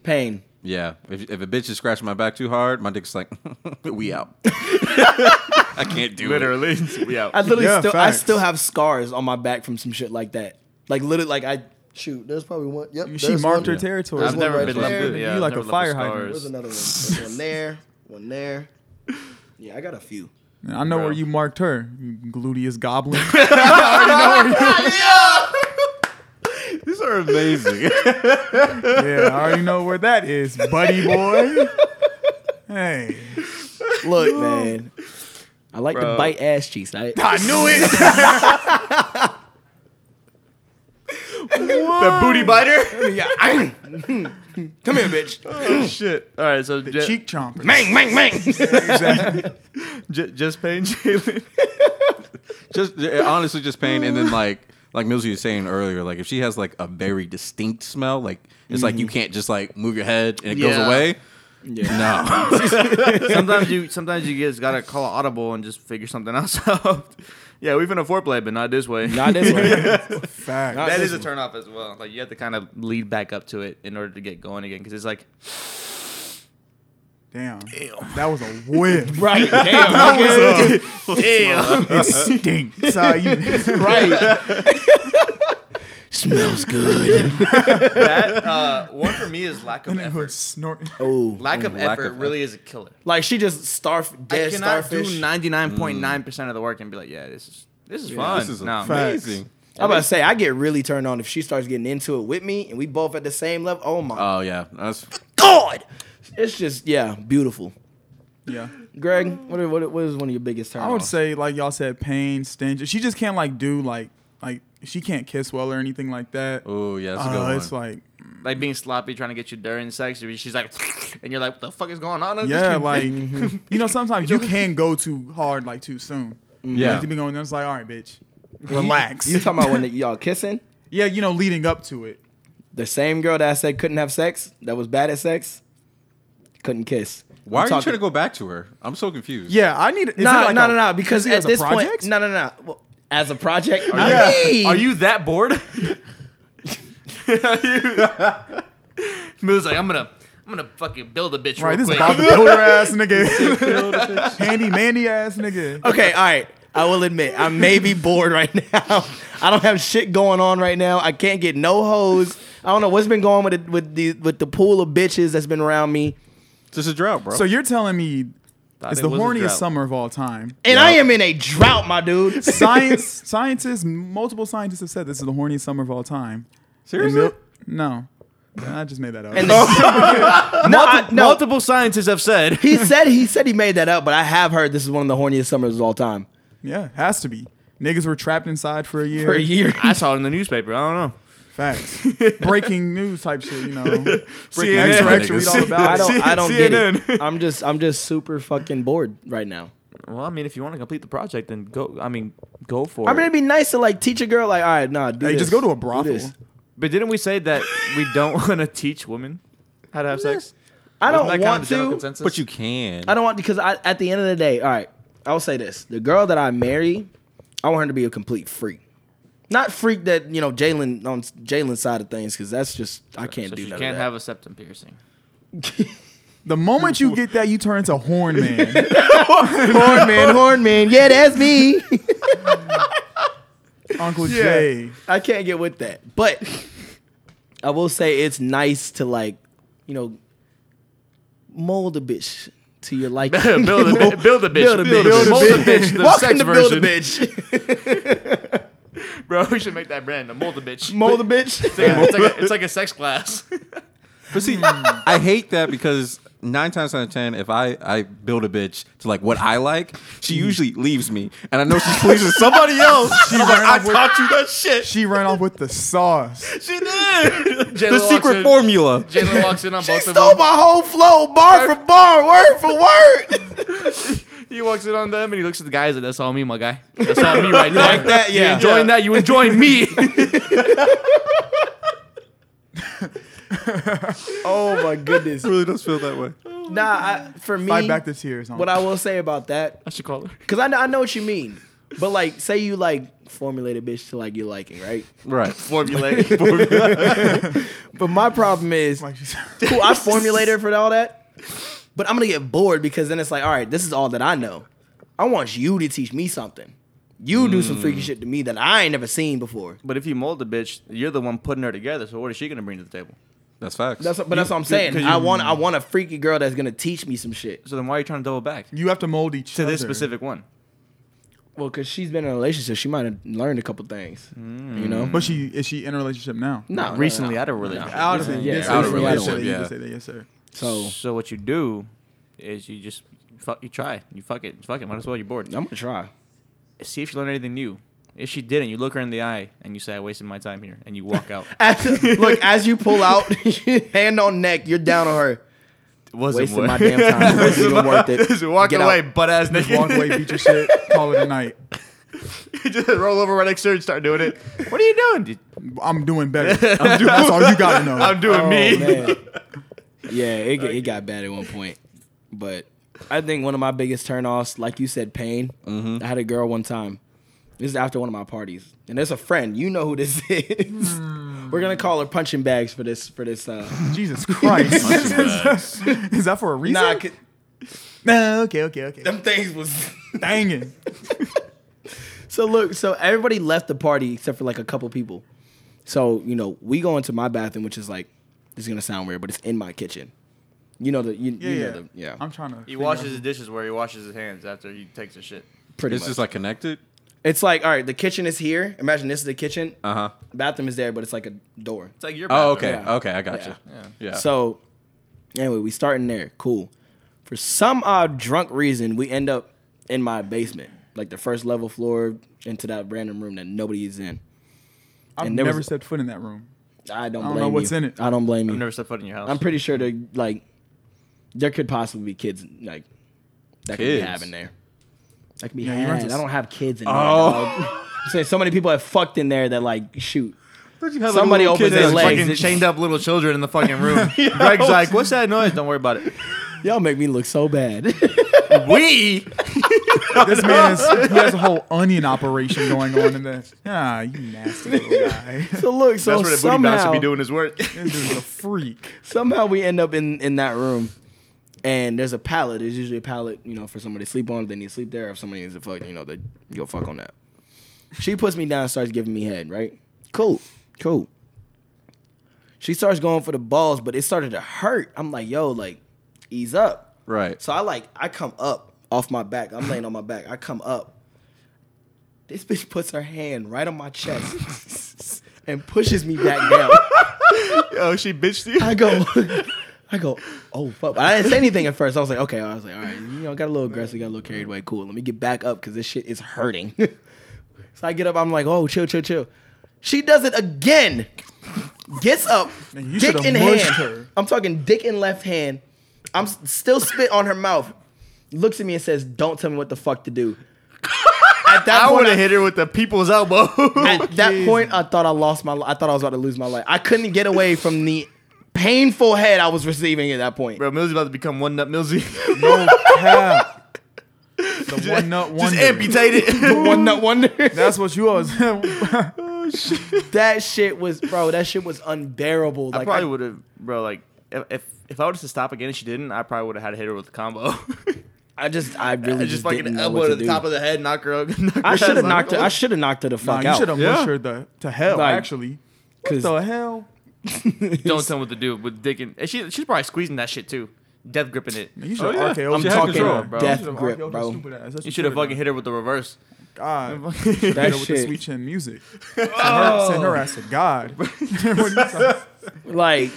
S4: Pain.
S2: Yeah. If, if a bitch is scratching my back too hard, my dick's like, <laughs> we out. <laughs> I can't do it.
S6: Literally. we out.
S4: I literally
S5: Yeah,
S4: still
S5: facts.
S4: I still have scars on my back from some shit like that. Like literally, like I shoot. There's probably one. Yep.
S5: She
S4: there's
S5: marked
S4: one.
S5: her territory.
S6: I've
S4: one
S6: never
S4: right
S6: been
S4: there.
S6: left with, yeah,
S5: You
S6: I've
S5: like a
S6: never left with
S5: fire hydrant.
S4: There's another one. There's one there. One there. Yeah, I got a few.
S5: I know where you marked her, you gluteus goblin.
S2: These are amazing. <laughs>
S5: yeah, I already know where that is, buddy boy. Hey,
S4: Look, man. I like to
S6: Bro.
S4: bite ass cheeks. I,
S5: I knew it.
S6: The booty <laughs> biter.
S4: yeah, I- <laughs> come
S6: <laughs>
S4: here, bitch.
S6: Oh, Shit. All right, so ju-
S5: Cheek chomper.
S4: Bang, bang, bang.
S6: ju- just
S4: <laughs>
S6: paying Jalen.
S2: just honestly just pain and then like like Millsy was saying earlier like if she has like a very distinct smell like it's like you can't just like move your head and it goes
S6: Mm-hmm. Yeah.
S2: away
S6: <laughs>
S2: no
S6: sometimes you sometimes you just gotta call audible and just figure something else <laughs> out. yeah, we've been a foreplay, but not this way.
S4: Not this one.
S5: Fact.
S4: Not
S6: that
S4: this
S6: is a turnoff as well. Like
S3: <laughs>
S6: you have to kind of lead back up to it in order to get going again, because it's like
S5: Damn. That was a whip.
S4: Right. Damn. okay.
S5: it stinks. Uh, you,
S4: Right. Smells good.
S3: That uh, one for me is lack of
S5: <laughs> and it was
S3: effort.
S5: snort.
S4: Oh.
S3: Lack of
S2: Lack
S3: effort
S2: of
S3: really is a killer.
S4: Like she just starf
S6: I
S4: dead
S6: cannot
S4: starfish.
S6: do ninety nine point nine percent of the work and be like, yeah, this is this is fun.
S2: This is
S6: no,
S2: amazing.
S4: I'm about to say I get really turned on if she starts getting into it with me and we both at the same level. Oh my
S2: Oh yeah, that's
S4: god. It's just yeah, beautiful.
S5: Yeah.
S4: Greg, what are, what, are- what is one of your biggest turn
S5: I would say, like y'all said, pain, sting. She just can't like do like like she can't kiss well or anything like that.
S2: oh yeah, that's a
S5: Uh,
S2: good one.
S5: It's like
S6: like being sloppy, trying to get you during sex. or She's like, <laughs> and you're like, what the fuck is going on? I'm just
S5: yeah,
S6: confused."
S5: like you know, sometimes you can go too hard, like too soon.
S2: Yeah.
S5: like, to be going, it's like, all right, bitch, relax.
S4: You talking about when y'all kissing?
S5: yeah, you know, leading up to it.
S4: The same girl that I said couldn't have sex, that was bad at sex, couldn't kiss.
S2: Why
S4: I'm
S2: are you
S4: talking-
S2: trying to go back to her? I'm so confused.
S5: Yeah, I need. Is it
S4: No,
S5: like
S4: no,
S5: a-
S4: no, no. Because
S5: is it
S4: at
S5: as a
S4: this
S5: project?
S4: point, no, no, no. Well, as a project, I
S5: Yeah.
S4: mean-
S6: Are you that bored? <laughs> Moo's like, I'm gonna, I'm gonna fucking build a bitch real
S5: Right, this is
S6: quick.
S5: Bob the
S4: <laughs>
S5: Builder ass nigga, handy mandy ass nigga.
S4: Okay, all right. I will admit, I may be bored right <laughs> now. I don't have shit going on right now. I can't get no hoes. I don't know what's been going with the, with the with the pool of bitches that's been around me,
S2: just a drought, bro.
S5: So you're telling me it's
S6: it
S5: the
S6: was a
S5: horniest
S6: drought.
S5: summer of
S4: <laughs>
S5: all time.
S4: and I am in a drought, my <laughs> dude.
S5: Science, scientists, multiple scientists have said this is the horniest summer of all time.
S2: seriously,
S5: Mil- no, I just made that up.
S4: And the- no, I- no.
S6: Multiple scientists have said
S4: He said he said he made that up, but I have heard this is one of the horniest summers of all time
S5: yeah, has to be. Niggas were trapped inside for a year.
S4: for a year.
S6: I saw it in the newspaper. I don't know.
S5: Facts. Breaking news type
S4: <laughs>
S5: shit, you know. Breaking
S2: CNN.
S5: news, actually, we all
S4: <laughs>
S5: about.
S4: I don't <laughs>
S5: <laughs>
S4: I don't get it. I'm just I'm just super fucking bored right now.
S6: Well, I mean, if you want to complete the project, then go. I mean, go for
S4: I mean,
S6: it.
S4: it'd be nice to like teach a girl like, all right, nah, do
S5: Hey,
S4: this.
S5: just go to a
S4: Do
S5: brothel.
S4: this."
S6: But didn't we say that we don't <laughs> want to teach women how to have sex?
S4: I don't
S6: Wasn't that kind
S4: want
S6: of the general
S4: to.
S6: consensus?
S2: but you can.
S4: I don't want because I at the end of the day, all right, I'll say this: the girl that I marry, I want her to be a complete freak, not freak that you know Jalen on Jalen's side of things because that's just I can't
S6: so
S4: do
S6: she
S4: that.
S6: can't have a septum piercing.
S5: The moment you get that, you turn into horn
S4: <laughs>
S5: man.
S4: horn <laughs> man, horn man, yeah, that's me.
S5: Uncle Jay.
S4: I can't get with that, but I will say it's nice to like, you know, mold a bitch to your
S6: <laughs>
S4: liking.
S6: <laughs> build, a, bi- build a bitch.
S4: Build a bitch.
S6: Mold a bitch. The
S4: Welcome
S6: sex
S4: to build a
S6: version.
S4: bitch.
S6: <laughs> Bro, we should make that brand. A mold a
S4: <laughs>
S6: bitch.
S4: Mold a bitch.
S6: Yeah, it's, like a, it's like a sex class. <laughs>
S2: But <laughs> see, I hate that because nine times out of ten, if I, I build a bitch to like what I like, she usually leaves me, and I know she's pleasing somebody else. Mm. <laughs> She's like, I taught you that shit.
S5: She ran off with the sauce.
S2: She did.
S6: J-Lo
S2: the
S6: walks
S2: secret
S6: in-
S2: formula.
S6: Jalen walks in on both of
S4: Stole
S6: them.
S4: my whole flow, bar for bar, word for word.
S2: <laughs>
S6: He walks in on them and he looks at the guys and that's all me, my guy. That's all me right there. Like
S4: that, <laughs> yeah.
S6: You enjoying that? You enjoying
S4: <laughs>
S6: me?
S4: Oh my goodness.
S2: really does feel that way.
S4: <laughs> Nah, I, for me,
S5: Fight back the tears.
S4: what I will say about that,
S6: I should call her.
S4: because I know, I know what you mean, but like, say you like formulate a bitch to like your liking, right? <laughs>
S2: Right.
S6: Formulate.
S4: But my problem is,
S5: Like <laughs> she's-
S4: cool, I formulate her for all that, but I'm gonna get bored because then it's like, all right, this is all that I know. I want you to teach me something. You do some freaky shit to me that I ain't never seen before.
S6: But if you mold a bitch, you're the one putting her together. So what is she gonna bring to the table?
S2: That's facts.
S4: That's what, but that's what I'm saying. I want I want a freaky girl that's gonna teach me some shit.
S6: So then why are you trying to double back
S5: you have to mold each
S6: to this
S5: other.
S6: specific one?
S4: Well, cause she's been in a relationship, she might have learned a couple things. You know,
S5: But she is she in a relationship now?
S4: no, no,
S6: Recently
S4: no.
S6: out of a relationship.
S5: Out of it.
S4: Yeah,
S5: yes,
S2: out of
S5: yes, yes,
S2: relationship,
S5: yes,
S2: yeah.
S5: yes, yes, sir.
S4: <laughs> So
S6: So what you do is you just fuck, you try, you fuck it, fuck it. Might as well. You're bored.
S4: I'm gonna try.
S6: See if you learn anything new. If she didn't, you look her in the eye and you say, "I wasted my time here," and you walk <laughs> out.
S4: look, as you pull out, <laughs> hand on neck, you're down on her.
S6: Wasn't
S4: Wasting
S2: <laughs>
S4: my damn <laughs> time. Wasn't even worth it. Get out.
S6: butt <laughs> ass
S5: Walk away, beat your shit, call it a night.
S6: just roll over right next to her and start doing it. What are you doing? Dude,
S5: I'm doing better. I'm doing, that's all you gotta know.
S6: <laughs> I'm doing
S4: Oh,
S6: me. <laughs>
S4: <laughs> man. yeah, it, g- it got bad at one point, but I think one of my biggest turnoffs, like you said, pain. I had a girl one time. This is after one of my parties, and there's a friend. You know who this <laughs> is. We're gonna call her punching bags for this for this. Uh,
S5: Jesus
S2: <laughs>
S5: Christ.
S2: Punching bags.
S5: <laughs> Is that for a reason?
S4: nah, 'cause-
S5: No, okay, okay, okay.
S3: Them things was.
S5: <laughs> Dangin'.
S4: So look, so everybody left the party except for like a couple people. So you know, we go into my bathroom, which is like this is gonna sound weird, but it's in my kitchen. You know the you,
S5: Yeah,
S4: you
S5: yeah.
S4: know the yeah.
S5: I'm trying to.
S6: He
S5: figure
S6: washes
S5: out-
S6: his dishes where he washes his hands after he takes a shit.
S4: pretty
S2: It's
S4: much.
S2: just like connected.
S4: it's like all right, the kitchen is here. Imagine this is the kitchen.
S2: Uh huh.
S4: Bathroom is there, but it's like a door.
S6: It's like your
S2: Oh, okay.
S4: Yeah.
S2: Okay, I got gotcha. you. Yeah.
S4: So anyway, we start in there. Cool. For some odd drunk reason, we end up in my basement, like the first level floor, into that random room that nobody is in.
S5: I've
S4: and there
S5: never
S4: was-
S5: stepped foot in that room.
S4: I don't.
S5: I don't
S4: blame
S5: know what's
S4: you.
S5: in it.
S4: I don't blame you.
S6: I've never set foot in your house.
S4: I'm pretty sure they like there could possibly be kids like that could be
S2: Kids?
S4: having there. That could be
S5: you run
S4: had.
S5: to-
S4: I don't have kids in there.
S2: Oh.
S4: Oh. I'm saying so many people have fucked in there that like shoot.
S2: have
S4: Somebody
S2: little
S4: opens
S2: kid
S4: their
S2: that's
S4: legs.
S2: fucking-
S6: fucking chained up little children in the fucking
S4: <laughs>
S6: room. Greg's like, "What's that noise? Don't worry about it."
S4: Y'all make me look so <laughs> bad.
S6: <laughs> We
S5: This man is, he has a whole onion operation going on in there. Ah, you nasty little guy.
S4: so look, so
S6: That's where the booty bouncer
S4: somehow,
S6: be doing his <laughs> work.
S5: This dude's
S4: <laughs>
S5: a freak.
S4: somehow we end up in in that room. And there's a pallet. There's usually a pallet, you know, for somebody to sleep on. If they need to sleep there, if somebody needs to fuck, you know, they go fuck on that. She puts me down, and starts giving me head. Right? Cool, cool. She starts going for the balls, but it started to hurt. I'm like, yo, like, ease up.
S2: Right.
S4: So I like I come up off my back. I'm laying on my back. I come up. This bitch puts her hand right on my chest <laughs> and pushes me back down.
S6: oh, she bitched you.
S4: I go, I go, oh fuck. But I didn't say anything at first. I was like, okay. I was like, all right, you know, got a little aggressive, got a little carried away. Cool. Let me get back up because this shit is hurting. <laughs> so I get up. I'm like, oh, chill, chill, chill. She does it again. Gets up,
S5: Man, you
S4: dick
S5: shoulda
S4: in hand.
S5: mushed her.
S4: I'm talking dick in left hand. I'm s- still spit on her mouth. Looks at me and says, "Don't tell me what the fuck to do." At that
S6: I
S4: point,
S6: would have hit her with the people's <laughs> elbow.
S4: at that point, I thought I lost my. li- I thought I was about to lose my life. I couldn't get away from the painful head I was receiving at that point.
S6: Bro, Millsy's about to become one nut <laughs> Millsy.
S5: No cap. The one nut
S6: Just
S5: wonder.
S6: amputate <laughs> it.
S4: One <laughs> nut wonder.
S5: That's what you was.
S4: that shit was, bro. That shit was unbearable. Like,
S6: I probably would have, bro. Like, if if, if I would have stopped again and she didn't, I probably would have had to hit her with a combo. <laughs>
S4: I just, I really
S6: I
S4: just,
S6: just fucking
S4: didn't know
S6: elbow
S4: what
S6: to
S4: to
S6: the
S4: do.
S6: top of the head, knock her up. <laughs> Knock her
S4: I should
S6: ass
S4: have
S6: out.
S4: knocked her. I should have knocked her the
S5: Nah,
S4: fuck
S5: you should
S4: <laughs> out.
S5: have
S2: Yeah.
S5: mushed her the, to hell,
S4: Like-
S5: actually. What
S4: 'Cause-
S5: the hell?
S6: Don't tell me what to do with dick and, and she she's probably squeezing that shit too, death gripping it.
S5: You
S2: Oh,
S5: should
S2: yeah.
S5: have RKO'd
S4: I'm
S2: She
S5: her.
S2: had
S4: talking
S2: control,
S5: You
S2: bro.
S4: death
S5: should've
S4: grip,
S5: RKO'd her
S4: bro.
S5: stupid ass. That's
S6: You
S5: what
S6: should have fucking
S5: done.
S6: hit her with the reverse.
S5: <laughs> God.
S4: That
S5: with the
S4: shit. Oh.
S5: sweet
S4: <laughs>
S5: chin music. Send, her, send her ass to God. <laughs> What are you talking-
S4: Like,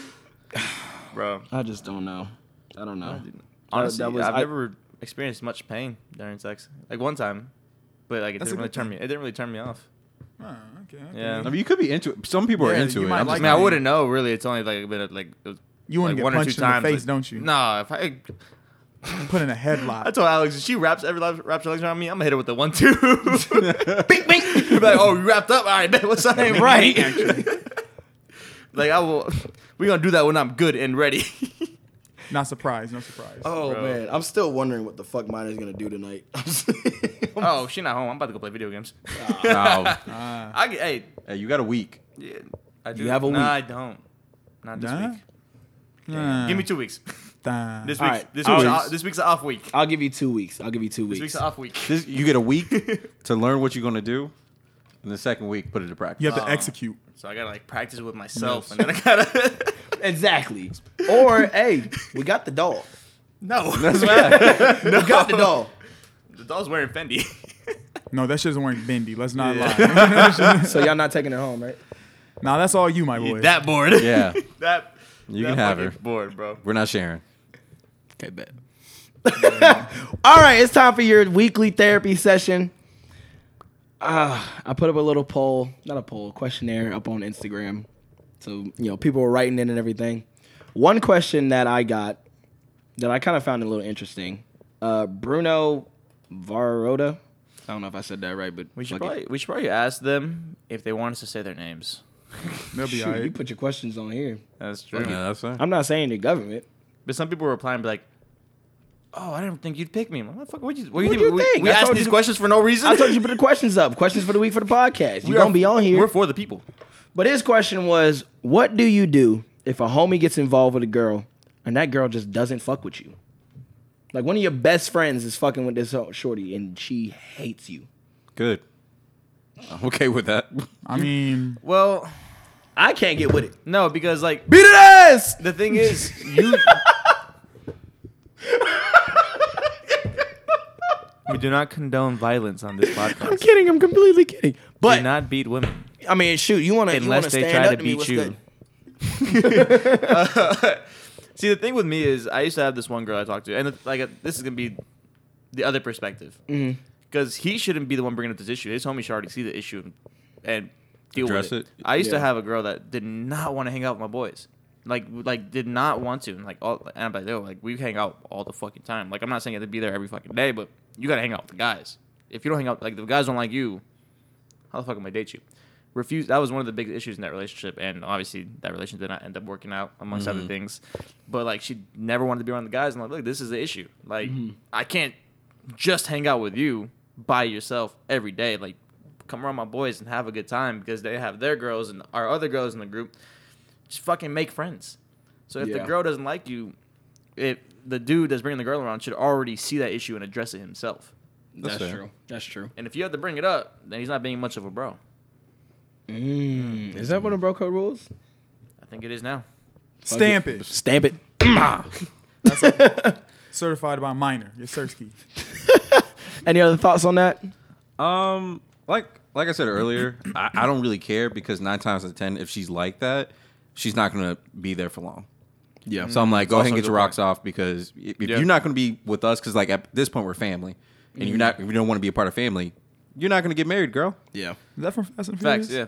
S6: Bro,
S4: I just don't know. I don't know.
S6: honestly,
S4: that was-
S6: I've
S4: I-
S6: never experienced much pain during sex. Like one time, but like it
S5: That's a
S6: didn't really
S5: good
S6: turn me. It didn't really turn me off.
S5: Oh, okay, okay.
S6: Yeah.
S2: I mean, you could be into it. Some people are
S5: Yeah,
S2: into
S5: you
S2: it. I'm
S5: might
S6: I
S2: just
S5: like
S6: mean, I
S5: that.
S6: wouldn't know really. It's only like a bit of like it was
S5: You want
S6: like
S5: to
S6: one
S5: get
S6: or two
S5: punched in the
S6: times.
S5: face,
S6: like-
S5: don't you?
S6: Nah, if I
S5: Put in
S6: <laughs>
S5: a
S6: I
S5: headlock.
S6: told Alex, if she wraps every lap- wraps her legs around me, I'm gonna hit her with the one
S5: <laughs>
S6: two. bing bing. You're like, oh, you wrapped up. All right, man, what's up?
S4: right.
S6: <laughs> like I will. We gonna do that when I'm good and ready.
S5: Not surprised. No surprise.
S4: Oh
S6: <laughs> Bro.
S4: man, I'm still wondering what the fuck mine is gonna do tonight. <laughs>
S6: oh, she not home. I'm about to go play video games.
S2: Wow.
S6: I get, hey,
S2: Hey, you got a week.
S6: yeah, I do.
S4: You have a
S6: nah,
S4: week.
S6: I don't. Not this
S5: Nah?
S6: week.
S5: Nah.
S6: Give me two weeks.
S5: Nah.
S6: This week's
S4: All right,
S6: this
S4: I'll
S6: week's
S4: wait.
S6: off, this week's off week.
S4: I'll give you two weeks. I'll give you two
S6: This
S4: weeks.
S6: week's off week.
S2: This, you get a <laughs> week to learn what you're gonna do, and the second week put it to practice.
S5: You have to
S6: Ah.
S5: execute.
S6: So I gotta like practice with myself, and then I gotta. <laughs>
S4: Exactly. Or hey, we got
S6: <laughs>
S4: the doll.
S6: no, <laughs>
S4: We got the doll.
S6: the doll's wearing Fendi. <laughs>
S5: No, that shit isn't wearing bendy. Let's not lie. <laughs>
S4: So y'all not taking it home, right?
S5: Nah, that's all you, my boy.
S6: that board.
S2: Yeah.
S6: <laughs> that.
S2: <laughs> You
S6: that
S2: can have
S6: fucking
S2: her.
S6: board, bro.
S2: We're not sharing.
S4: Okay, bet. <laughs> All right, it's time for your weekly therapy session. Uh, I put up a little poll, not a poll, questionnaire up on Instagram. So, you know, people were writing in and everything. One question that I got that I kind of found a little interesting uh, Bruno Varroda. I don't know if I said that right, but
S6: We should
S4: fuck it.
S6: probably we should probably ask them if they want us to say their names.
S5: They'll be
S4: Shoot,
S5: all
S4: you
S5: right.
S4: put your questions on here.
S6: That's true.
S2: Yeah, that's fine.
S4: I'm not saying the government.
S6: But some people were replying be like, "Oh, I didn't think you'd pick me." What the fuck? What you, what you
S4: What'd
S6: think?
S4: you
S6: We-
S4: think?
S6: We,
S4: I
S6: asked
S4: told
S6: these
S4: you-
S6: questions for no reason.
S4: I told you to put the questions up. Questions for the week for the podcast.
S6: <laughs>
S4: You're
S6: We are-
S4: gonna be on here.
S6: We're for the people.
S4: But his question was, what do you do if a homie gets involved with a girl and that girl just doesn't fuck with you? Like one of your best friends is fucking with this shorty and she hates you.
S2: Good. I'm okay with that.
S5: I mean,
S6: Well,
S4: I can't get with it.
S6: no, because like
S4: Beat it ass.
S6: the thing is, you. we do not condone violence on this
S4: I'm
S6: podcast.
S4: kidding. I'm completely kidding.
S6: do
S4: But
S6: not beat women
S4: I mean, shoot, you want to
S6: unless they
S4: stand
S6: try
S4: up
S6: to
S4: me,
S6: beat
S4: what's
S6: you.
S4: good?
S6: <laughs> See, the thing with me is, I used to have this one girl I talked to, and it's like uh, this is gonna be the other perspective,
S4: Mm-hmm.
S6: because he shouldn't be the one bringing up this issue. His homie should already see the issue and, and deal
S2: Address
S6: with it.
S2: it.
S6: I used to
S4: Yeah.
S6: have a girl that did not want to hang out with my boys, like like did not want to, and like all. And I'm like, yo, like we hang out all the fucking time. Like I'm not saying you have to be there every fucking day, but you gotta hang out with the guys. If you don't hang out, like if the guys don't like you, how the fuck am I date you? Refuse. That was one of the big issues in that relationship, and obviously that relationship did not end up working out, amongst other things. But like, she never wanted to be around the guys, and like, look, this is the issue. Like, I can't just hang out with you by yourself every day. Like, come around my boys and have a good time because they have their girls and our other girls in the group. Just fucking make friends. So if the
S4: Yeah.
S6: girl doesn't like you, it the dude that's bringing the girl around should already see that issue and address it himself.
S4: That's,
S2: fair.
S4: true. That's true.
S6: And if you have to bring it up, then he's not being much of a bro.
S4: Is that one of bro code rules?
S6: I think it is now.
S5: stamp it.
S4: Stamp it.
S5: Certified by minor. Your search key.
S4: Any other thoughts on that?
S2: <laughs> Um, like like I said earlier, I, I don't really care because nine times out of ten, if she's like that, she's not gonna be there for long.
S4: Yeah.
S2: So I'm like, go ahead and
S6: also a
S2: get your
S6: good
S2: rocks off because if if
S6: Yeah.
S2: you're not gonna be with us, because like at this point we're family, and
S6: Mm-hmm.
S2: you're not if you don't want to be a part of family, you're not gonna get married, girl.
S4: Yeah.
S5: Is that from Fast and Furious?
S6: Facts, yeah.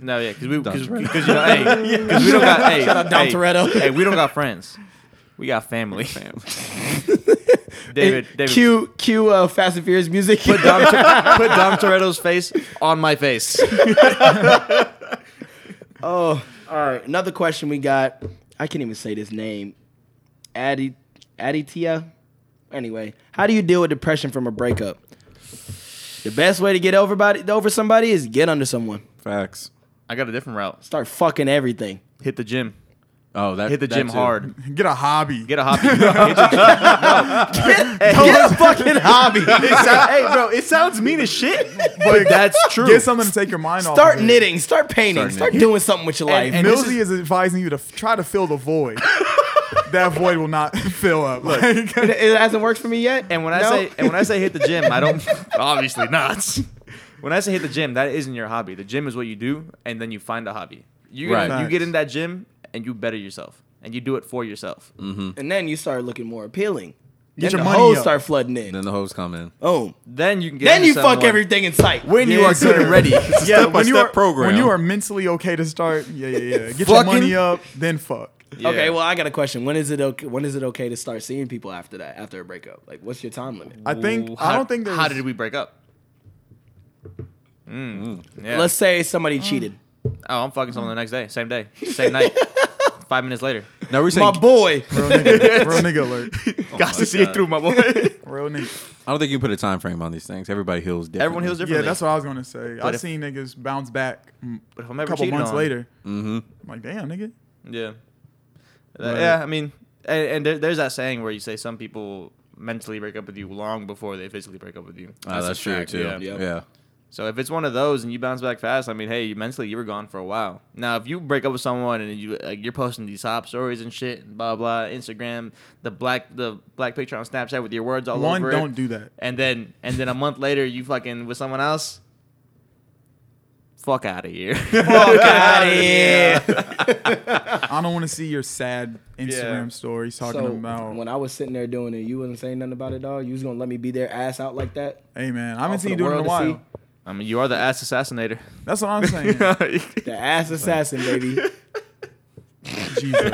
S6: No, yeah, because we because you know, <laughs>
S2: Toretto.
S6: hey, 'cause we don't got hey,
S4: Dom
S6: hey,
S4: Toretto.
S6: hey, we don't got friends. We got family. <laughs>
S2: Family.
S6: David, David,
S4: Cue cue uh, Fast and Furious music.
S6: put Dom, <laughs> Tor- put Dom Toretto's face on my face.
S4: oh, all right. Another question we got. I can't even say this name. Addy Aditya. Anyway, how do you deal with depression from a breakup? The best way to get over body, over somebody is get under someone.
S2: Facts.
S6: I got a different route.
S4: Start fucking everything.
S6: Hit the gym.
S2: Oh, that
S6: Hit the
S2: that
S6: gym
S2: too.
S6: hard.
S5: Get a hobby.
S6: <laughs> Get a hobby. Hit the gym.
S4: <laughs> Get a fucking hobby.
S6: hey, bro, it sounds mean as shit, but that's true.
S5: Get something to take your mind off.
S4: Start
S5: of it.
S4: knitting. Start painting.
S2: Start
S4: Start,
S2: knitting.
S4: doing something with your life.
S5: And Millsy is, advising you to f- try to fill the void. that void will not <laughs> fill up. Like,
S4: it, it hasn't worked for me yet.
S6: And when I
S4: No. <laughs>
S6: say and when I say hit the gym, I don't obviously not. When I say hit the gym, that isn't your hobby. The gym is what you do, and then you find a hobby. You
S2: Right.
S6: you
S5: Facts.
S6: get in that gym and you better yourself, and you do it for yourself.
S4: and then you start looking more appealing. then
S5: Get your
S4: the
S5: money
S4: hoes
S5: up.
S4: start flooding
S2: And
S4: in.
S2: then the hoes come in.
S4: Boom.
S6: Then you can get
S4: Then
S6: into
S4: you fuck
S6: someone-
S4: everything in sight.
S6: when you
S5: Yeah,
S6: are good
S4: <laughs>
S5: sir.
S6: and
S5: <laughs>
S6: ready.
S5: yeah, when you
S2: step
S5: are
S2: program.
S5: when you are mentally okay to start, yeah, yeah, yeah. Get your
S2: Fucking-
S5: money up, then fuck.
S4: Okay, well, I got a question. When is it okay? When is it okay to start seeing people after that? After a breakup, like what's your time limit?
S5: I think
S6: How-
S5: I don't think there's.
S6: How did we break up? Mm, yeah.
S4: Let's say somebody cheated.
S6: oh, I'm fucking someone the next day, same day, same night, five minutes later.
S2: Now we're
S4: My
S2: saying
S4: boy.
S5: real
S6: <laughs>
S5: nigga, real nigga alert?
S6: Got to see it through, Oh my <laughs> boy.
S5: Real nigga.
S2: I don't think you can put a time frame on these things. Everybody heals different.
S6: Everyone heals differently.
S5: Yeah, that's what I was gonna say. I've
S6: if-
S5: seen niggas bounce back mm,
S6: But if I'm
S5: a
S6: ever
S5: couple
S6: cheated
S5: months
S6: on,
S5: later. Mm-hmm. I'm like, damn, nigga.
S6: Yeah. Uh, Yeah, I mean, and, and there, there's that saying where you say some people mentally break up with you long before they physically break up with you.
S2: Oh, that's,
S6: a
S2: true
S6: fact,
S2: too.
S6: Yeah.
S2: Yeah.
S6: So if it's one of those and you bounce back fast, I mean, hey, you mentally you were gone for a while. Now, if you break up with someone and you like, you're posting these top stories and shit, and blah blah, Instagram, the black the black picture on Snapchat with your words all
S5: One,
S6: over
S5: don't
S6: it,
S5: do that.
S6: and then and then a month later you fucking with someone else. Fuck out of here. <laughs>
S4: Got it.
S5: I don't want to see your sad Instagram
S6: Yeah.
S5: stories talking
S4: So
S5: about.
S4: when I was sitting there doing it, you wasn't saying nothing about it, dog. You was gonna let me be their ass out like that.
S5: hey man, I haven't
S4: for
S5: seen
S4: the
S5: you do it in a
S4: world to see.
S5: while.
S6: I mean, you are the ass assassinator.
S5: That's
S6: <laughs>
S5: what I'm saying.
S4: The ass assassin, baby.
S5: Jesus.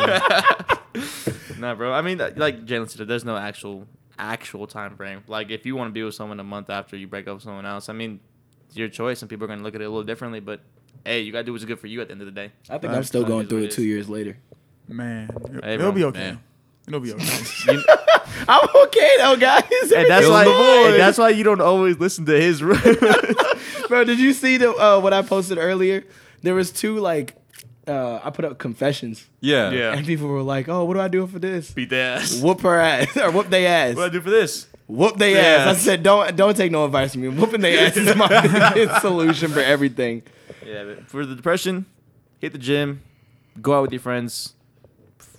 S6: No, bro. I mean, that- like Jalen said, there's no actual actual time frame. Like, if you want to be with someone a month after you break up with someone else, I mean, it's your choice, and people are gonna look at it a little differently. But hey, you gotta do what's good for you at the end of the day.
S4: I think I'm still
S6: That
S4: going
S6: is
S4: through
S6: what
S4: it
S6: it
S4: two
S6: is.
S4: years later.
S5: Man,
S6: Hey,
S5: it'll
S6: bro,
S5: be okay.
S2: man.
S5: It'll
S2: <laughs>
S5: be okay.
S4: I'm okay though, guys.
S6: And
S4: <laughs>
S6: that's why.
S2: the boy.
S6: and that's why you don't always listen to his.
S4: Bro, did you see the uh, what I posted earlier? There was two like uh, I put up confessions,
S2: Yeah.
S6: Yeah.
S4: and people were like, "Oh, what do I do for this?"
S6: Beat the ass.
S4: Whoop her ass <laughs> or whoop they ass.
S6: What do I do for this?
S4: Whoop they
S6: Yeah.
S4: ass. I said, don't don't take no advice from me. Whooping they ass is my
S6: <laughs>
S4: biggest solution for everything.
S6: Yeah, but for the depression, hit the gym, go out with your friends,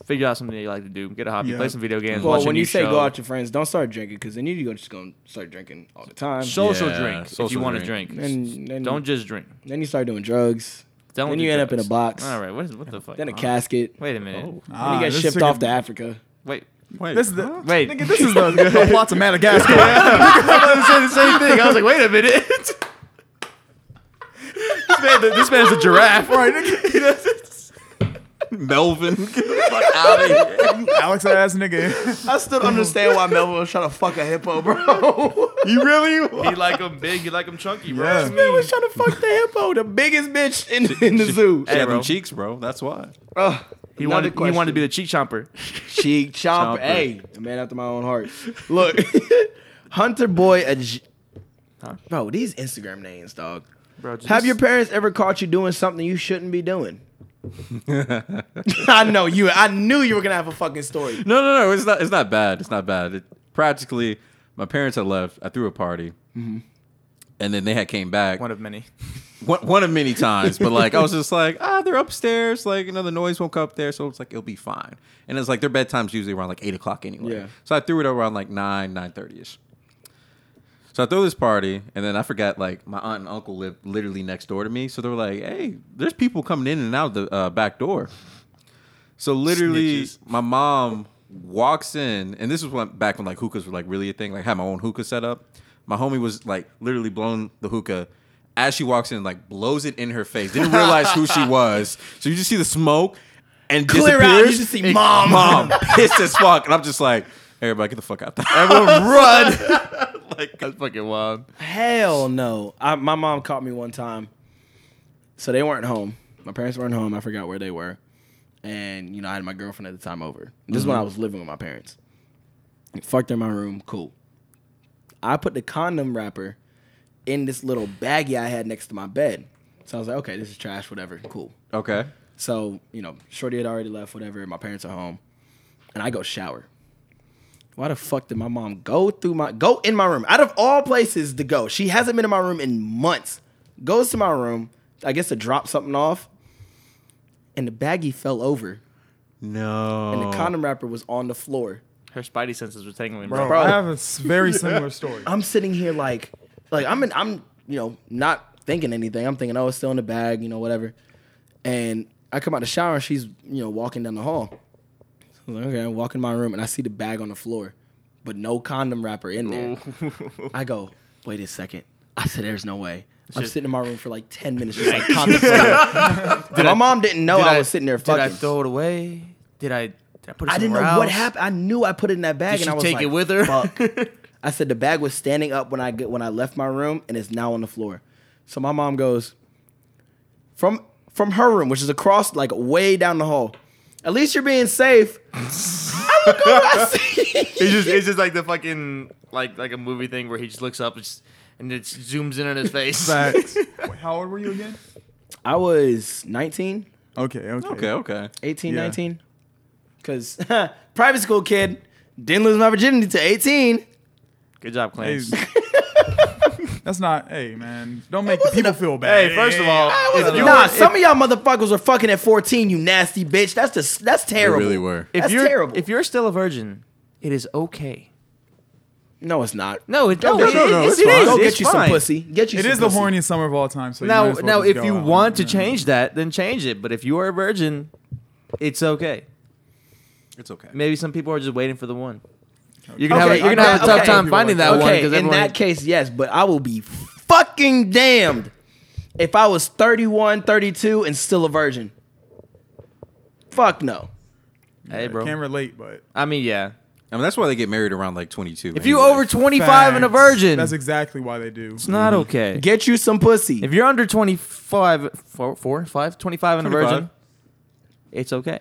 S6: figure out something that you like to do, get a hobby,
S5: Yeah.
S6: play some video games.
S4: Well,
S6: watch a
S4: when
S6: new
S4: you say
S6: show.
S4: go out with your friends, don't start drinking because then you're gonna- just gonna start drinking all the time.
S6: social
S2: Yeah,
S6: drink if
S2: social
S6: you want to
S2: drink.
S6: drink.
S4: And- and-
S6: don't just drink.
S4: Then you start doing drugs.
S6: Don't
S4: then
S6: do
S4: you end up
S6: drugs.
S4: in a box.
S6: All right, what is what the fuck?
S4: Then a Oh.
S6: Oh,
S4: casket.
S6: Wait a minute.
S4: Then you get
S5: this
S4: shipped
S5: took a-
S4: off
S6: <laughs>
S4: to Africa. <laughs>
S6: Wait,
S2: Wait.
S5: This is the
S6: wait.
S5: nigga, <laughs> this is the, the plot to Madagascar.
S6: the same thing. I was like, wait a minute. <laughs> this man, this man's a giraffe.
S5: <laughs> right, nigga.
S2: <laughs>
S5: <laughs>
S2: Melvin. Get the fuck out of here.
S5: Alex ass nigga.
S4: I still don't understand why Melvin was trying to fuck a hippo, bro.
S2: You really?
S6: You like him big, you like him chunky, bro.
S5: Yeah.
S4: Man was trying to fuck the hippo, the biggest bitch in, in the zoo.
S2: She had
S6: bro.
S2: them cheeks, bro. That's why.
S4: Ugh,
S6: He wanted, he
S4: another
S6: wanted to
S4: question.
S6: be the cheek chomper.
S4: Cheek chomper.
S2: Chomper.
S4: Hey, a man after my own heart. Look, <laughs> Hunter Boy. Aj- Bro, these Instagram names, dog.
S6: Bro, just,
S4: Have your parents ever caught you doing something you shouldn't be doing? <laughs> I know you. I knew you were gonna have a fucking story.
S2: No, no, no. It's not. It's not bad. It's not bad. It, practically, my parents had left. I threw a party, and then they had came
S6: <laughs>
S2: back
S6: one of many.
S2: one, one of many times. But like, I was just like, ah, they're upstairs. Like, you know, the noise won't come up there, so it's like it'll be fine. And it's like their bedtime's usually around like eight o'clock anyway.
S4: Yeah.
S2: So I threw it around like nine, nine thirty ish. So I throw this party, and then I forgot like my aunt and uncle lived literally next door to me, so they were like, "Hey, there's people coming in and out of the uh, back door." So literally,
S6: Snitches.
S2: my mom walks in, and this was when back when like hookahs were like really a thing. Like I had my own hookah set up. My homie was like literally blowing the hookah. As she walks in, like blows it in her face. Didn't realize who she was. So you just see the smoke and
S4: Clear out, you
S2: disappears.
S4: just see
S2: And
S4: mom.
S2: mom pissed as fuck, and I'm just like, everybody get the fuck out there.
S6: run. like <laughs> that's fucking wild.
S4: Hell no. I, my mom caught me one time. So they weren't home. My parents weren't home. I forgot where they were. And, you know, I had my girlfriend at the time over. This is when I was living with my parents. Fucked in my room. Cool. I put the condom wrapper in this little baggie I had next to my bed. So I was like, okay, this is trash, whatever. Cool.
S2: okay.
S4: So, you know, Shorty had already left, whatever. My parents are home. And I go shower. Why the fuck did my mom go through my go in my room? Out of all places to go. She hasn't been in my room in months. Goes to my room, I guess to drop something off. And the baggie fell over.
S2: No.
S4: And the condom wrapper was on the floor.
S6: Her spidey senses were tingling, <laughs>
S5: Bro,
S6: bro.
S5: I have a s- very similar story.
S4: I'm sitting here like like I'm in, I'm you know, not thinking anything. I'm thinking, oh, it's still in the bag, you know, whatever. And I come out of the shower and she's, you know, walking down the hall. I was like, okay, I walk in my room and I see the bag on the floor, but no condom wrapper in there. I go, wait a second. I said, there's no way. I'm sitting in my room for like
S6: <laughs>
S4: 10 minutes just like contemplating. my mom didn't know I, was sitting there
S6: Did
S4: fucking.
S6: Oh, I throw it away? Did I? Did I put it?
S4: I didn't know
S6: somewhere
S4: what
S6: else?
S4: happened. I knew I put it in that bag,
S6: Did she
S4: and I was
S6: take
S4: like,
S6: it with her? <laughs>
S4: "Fuck." I said the bag was standing up when I get when I left my room, and it's now on the floor. So my mom goes from from her room, which is across like way down the hall. At least you're
S6: <laughs>
S4: being safe. I look over, I see.
S6: It's just, it's just like the fucking like like a movie thing where he just looks up and, just, and it zooms in on his
S4: <laughs>
S6: face.
S5: Facts. Wait, How old were you again?
S4: I was 19,
S5: Okay, okay.
S2: Okay. Okay.
S4: 18,
S5: Yeah.
S4: 19. Cause <laughs> private school kid didn't lose my virginity to 18.
S6: <laughs> Good job, Clance.
S5: Hey. That's not, hey, man. Don't make
S4: wasn't
S5: people
S4: a-
S5: feel bad.
S6: <laughs> Hey, first of all,
S5: I
S6: if
S5: wasn't-
S6: you-
S4: Nah, some of y'all motherfuckers were fucking at 14. You nasty bitch. That's just that's
S2: They
S4: terrible.
S2: really were.
S6: If
S4: That's
S6: you're
S4: terrible.
S6: if you're still a virgin, it is okay.
S4: No, it's not.
S6: No, it, no,
S4: no,
S6: it,
S4: no,
S5: no,
S6: it-
S5: it's
S6: it
S5: fine.
S6: is.
S4: Go
S6: it's
S4: get you
S6: fine.
S4: some pussy. Get you.
S5: It
S4: some
S5: is the
S4: pussy.
S5: horniest summer of all time. So you
S6: Now,
S5: might as well
S6: now,
S5: just
S6: if
S5: go
S6: you
S5: out.
S6: want to
S5: Yeah.
S6: change that, then change it. But if you are a virgin, it's okay.
S2: It's okay.
S6: Maybe some people are just waiting for the one. You're gonna
S4: Okay,
S6: have a, you're gonna have a
S4: okay,
S6: tough
S4: okay.
S6: time finding that one
S4: okay,
S6: because
S4: in that case, yes, but I will be fucking damned if I was 31, 32, and still a virgin. Fuck no.
S6: hey,
S5: I can't
S6: bro.
S5: relate, but
S6: I mean, yeah.
S2: I mean, that's why they get married around like 22.
S6: If you
S2: anyway.
S6: over 25 and a
S5: Facts.
S6: virgin,
S5: That's
S6: it's
S5: exactly why they do.
S6: not okay.
S4: Get you some pussy.
S6: If you're under 25, four, four, five, 25 and a
S2: 25.
S6: virgin, it's okay.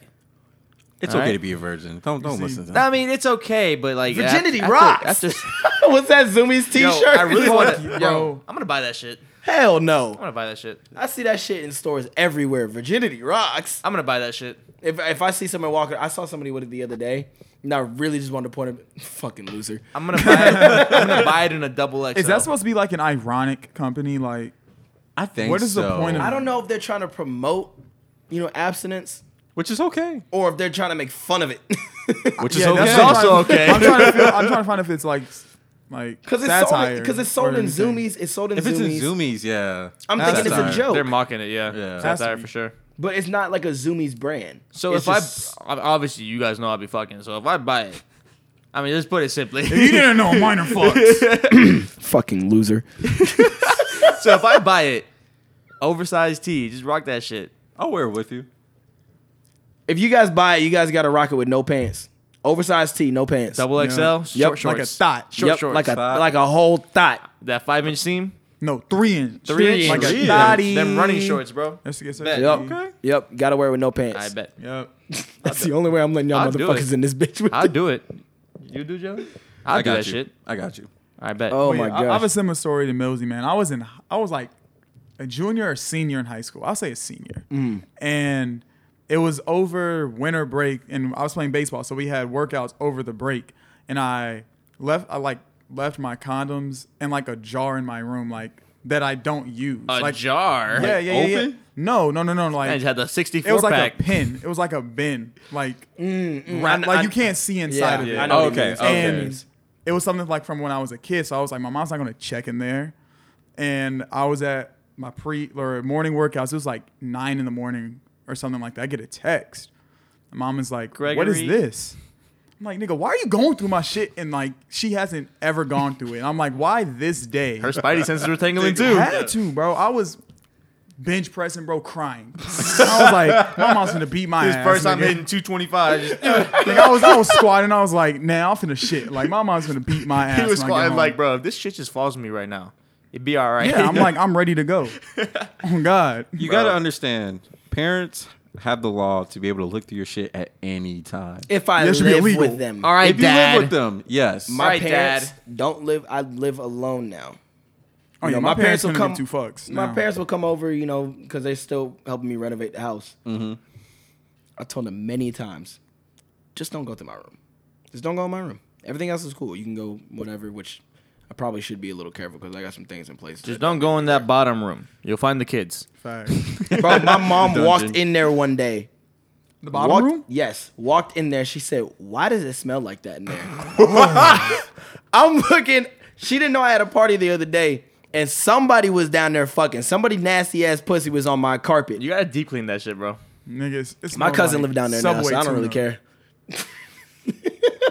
S2: It's
S6: All
S2: okay
S6: right.
S2: to be a virgin. Don't don't listen to
S6: I
S2: that.
S6: mean, it's okay, but like
S1: Virginity
S6: after,
S1: rocks.
S6: After, after,
S4: <laughs> What's that Zoomies
S3: Yo,
S4: T-shirt?
S3: I really
S4: <laughs>
S3: want
S5: Fuck you,
S3: to.
S5: bro.
S3: Yo, I'm gonna buy that shit.
S4: Hell
S6: I'm
S4: no!
S6: gonna buy that shit.
S4: I see that shit in stores everywhere. Virginity rocks.
S6: I'm gonna buy that shit.
S4: If if I see someone walking, I saw somebody with it the other day, and I really just wanted to point him. Fucking loser.
S6: I'm gonna buy it. I'm gonna buy it in a double XL.
S5: Is that supposed to be like an ironic company? Like,
S2: I think
S5: What is the
S2: so.
S5: point of-
S4: I don't know if they're trying to promote, you know, abstinence,
S2: Which is okay.
S4: or if they're trying to make fun
S5: <laughs>
S4: of it.
S2: Which
S5: Yeah,
S2: is okay.
S5: that's what I'm
S2: also
S5: trying-
S2: okay.
S5: I'm trying, to feel, I'm trying to find if it's like, s- like
S4: Because it's sold
S5: satire.
S4: because it's sold
S5: or
S4: in
S5: anything.
S4: Zoomies. It's sold in
S2: If it's in
S4: Zoomies.
S2: Zoomies, yeah.
S4: I'm thinking
S2: Satire.
S4: it's a joke,
S6: They're mocking it, yeah.
S2: Yeah.
S6: Satire
S5: Has to
S6: for sure.
S4: but it's not like a Zoomies brand.
S6: So
S4: It's
S6: if
S4: just-
S6: I obviously you guys know I'll be fucking. So if I buy it, I mean, just put it simply. <laughs>
S5: If you didn't know, minor fucks.
S4: fucking loser,
S6: so if I buy it, oversized tee, just rock that shit.
S2: I'll wear it with you.
S4: if you guys buy it, you guys got to rock it with no pants, oversized tee, no pants,
S6: Double
S5: Yeah.
S6: XL,
S4: Yep,
S6: short
S4: like
S6: shorts,
S5: like a thought.
S6: short
S4: Yep,
S6: shorts,
S4: like a
S2: Thigh.
S4: like a whole thought.
S6: that five inch seam,
S5: No, three inch.
S6: three inch,
S5: Like a
S2: Three
S5: thotty.
S6: them running shorts, bro.
S5: That's to get
S3: Bet.
S4: Yep,
S2: Okay.
S4: yep, got to wear it with no pants.
S6: I bet.
S5: Yep.
S4: That's the only way I'm letting y'all
S6: I'll do
S4: motherfuckers
S6: it.
S4: in this bitch with.
S6: I'll
S4: it.
S6: do it. You do, Joe? I'll
S2: I
S6: do
S2: got
S6: that
S2: you.
S6: shit.
S2: I got you.
S6: I bet.
S4: Oh
S5: Wait,
S4: my
S5: I, I have a
S4: gosh!
S5: similar story to Millsy, man. I was in, I was like a junior or senior in high school. I'll say a senior.
S4: Mm.
S5: And it was over winter break, and I was playing baseball, so we had workouts over the break. And I left, I like left my condoms in like a jar in my room, like that I don't use.
S6: a
S5: like,
S6: jar.
S5: Yeah, yeah, yeah, yeah.
S2: open?
S5: No, no, no, no.
S6: I just
S5: Like
S6: had the 64
S5: it was like
S6: pack.
S5: a pin. It was like a bin. Like,
S4: <laughs> Mm, I-
S5: wrap, like
S4: I-
S5: you can't see inside
S4: Yeah,
S5: of it.
S4: I know what he
S2: Okay,
S4: means.
S2: okay.
S5: And it was something like from when I was a kid. So I was like, my mom's not gonna check in there. And I was at my pre or morning workouts. It was like nine in the morning or something like that. I get a text. My mom is like, what is
S6: Gregory.
S5: this? I'm like, nigga, why are you going through my shit? And like, she hasn't ever gone through it. And I'm like, why this day?
S6: Her spidey senses were tingling
S5: I
S6: too.
S5: had to, bro. I was bench pressing, bro, crying. <laughs> I was like, my mom's gonna beat my ass.
S3: First, I'm
S5: nigga.
S3: hitting
S2: <laughs>
S3: 225.
S5: Like I was, I was squatting. I was like, nah, I'm finna shit. Like my mom's gonna beat my ass.
S6: <laughs> He was
S5: when I get
S6: squatting
S5: home.
S6: like, bro, if this shit just falls on me right now, it'd be all right.
S5: yeah. I'm like, I'm ready
S6: <laughs>
S5: to go. Oh God.
S2: You got to understand, parents have the law to be able to look through your shit at any time.
S4: If I
S5: That should be
S4: live
S5: illegal.
S4: with them,
S6: all right,
S2: if you
S6: dad.
S2: live with them, yes. <laughs>
S4: my
S6: Right,
S4: parents
S6: Dad.
S4: don't live. I live alone now.
S5: Oh
S4: You
S5: yeah,
S4: know,
S5: my, parents,
S4: will
S5: couldn't
S4: come.
S5: give two fucks.
S4: My
S5: no.
S4: parents will come over, you know, because they're still helping me renovate the house. I told them many times, just don't go through my room. Just don't go in my room. Everything else is cool. You can go whatever. Which I probably should be a little careful because I got some things in place.
S6: Just don't go in that bottom room. You'll find the kids.
S5: Fact.
S4: Bro,
S6: <laughs>
S4: my mom walked in there one day.
S5: The bottom
S4: Walked-
S5: room.
S4: Yes, walked in there. She said, "Why does it smell like that in there?"
S5: <laughs>
S4: <laughs> I'm looking. She didn't know I had a party the other day, and somebody was down there fucking. Somebody nasty ass pussy was on my carpet.
S6: You gotta deep clean that shit, bro.
S5: Niggas. It's
S4: my
S5: more
S4: cousin
S5: like
S4: lived down there now,
S5: Oh Subway
S4: so I don't really
S5: tuna.
S4: care.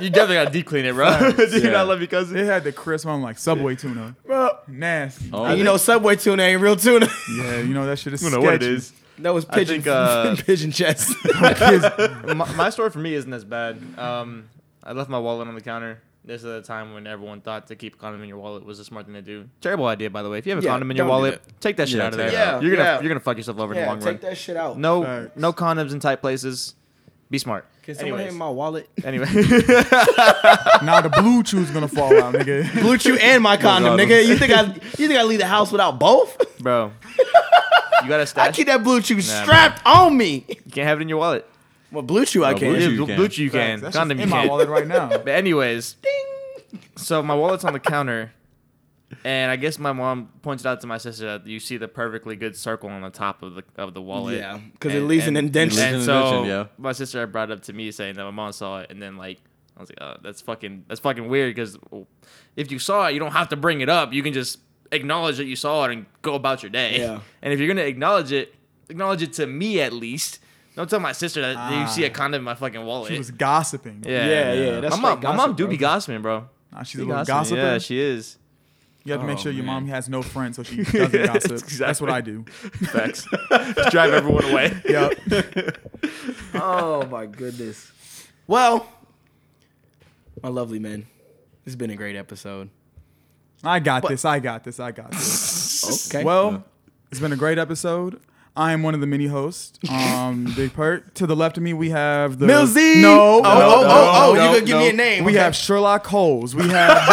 S6: You definitely gotta deep clean it, bro. <laughs> Do you not love your cousin?
S5: It had the crisp on like Subway tuna.
S4: Bro,
S5: Nasty.
S2: Oh.
S4: and you know, Subway tuna ain't
S6: <laughs>
S4: real tuna.
S5: Yeah, you know that shit is.
S6: You know what it
S5: sketchy.
S6: is.
S4: that was pigeon
S6: think, uh,
S4: <laughs>
S6: <laughs>
S4: pigeon chest. <laughs>
S6: my, my story for me isn't as bad. Um, I left my wallet on the counter. This is a time when everyone thought to keep a condom in your wallet was a smart thing to do. Terrible idea, by the way. If you have a
S4: Yeah,
S6: condom in your
S4: don't do
S6: wallet, take that shit
S2: Yeah,
S6: out of
S2: take
S6: there.
S2: it
S4: out.
S6: You're gonna
S4: Yeah.
S6: you're gonna fuck yourself over in the
S4: yeah,
S6: long
S4: take
S6: run.
S4: that shit out.
S6: No
S5: Facts.
S6: no condoms in tight places. Be smart.
S4: can someone
S6: Anyways.
S4: hit my wallet? <laughs>
S6: Anyway,
S5: Now the blue chew's gonna fall out, nigga.
S6: <laughs>
S4: Blue Chew and
S6: Oh,
S4: my condom,
S2: God.
S4: nigga. You think I you think I leave the house without both? <laughs>
S6: bro, you gotta
S4: I
S6: stash.
S4: keep that Blue Chew
S6: man.
S4: strapped on me.
S6: You can't have it in your wallet.
S4: Well, Blue Chew, I
S2: No,
S4: can't.
S2: Blue
S6: Yeah,
S2: Chew you
S6: blue,
S2: can.
S6: blue chew you can.
S5: That's
S6: Condom
S5: just
S6: you
S5: in my
S6: can't.
S5: wallet right
S6: <laughs>
S5: now.
S6: But anyways, So my wallet's on the counter, and I guess my mom pointed out to my sister that you see the perfectly good circle on the top of the of the wallet.
S4: Yeah, 'cause it
S6: And-
S4: leaves an
S6: and-
S4: indentation.
S6: And
S2: Leaves an
S6: so
S2: indentation, yeah.
S6: my sister had brought it up to me saying that my mom saw it, and then like I was like, oh, that's fucking that's fucking weird because if you saw it, you don't have to bring it up. You can just acknowledge that you saw it and go about your day.
S4: Yeah.
S6: <laughs> And if you're gonna acknowledge it, acknowledge it to me at least. Don't tell my sister that you
S4: Ah.
S6: see a condom in my fucking wallet.
S5: She was gossiping.
S6: yeah,
S4: Yeah, yeah, that's
S6: my mom,
S4: straight
S6: my mom
S4: gossip,
S6: do
S4: bro.
S6: be gossiping, bro.
S5: Nah, she's
S6: She
S5: a little
S6: gossiping.
S5: gossiper.
S6: Yeah, she is.
S5: You have to make
S2: Oh,
S5: sure your
S2: man.
S5: mom has no friends, so she doesn't gossip. That's
S6: exactly.
S5: what I
S4: <laughs>
S5: do.
S6: Facts. Drive everyone
S5: <laughs>
S6: away.
S5: Yep.
S4: Oh my goodness. Well, my lovely men, it's been a great episode.
S5: I got this. I got this. I got this.
S4: Okay.
S5: Well, it's been a great episode. I am one of the mini hosts. Um, Big Pert. To the left of me, we have the
S4: Millsy!
S5: No,
S4: Oh,
S5: no,
S4: oh,
S5: no,
S4: oh, oh,
S5: no.
S4: you could give me a name.
S5: We
S4: okay.
S5: have Sherlock Holmes. We have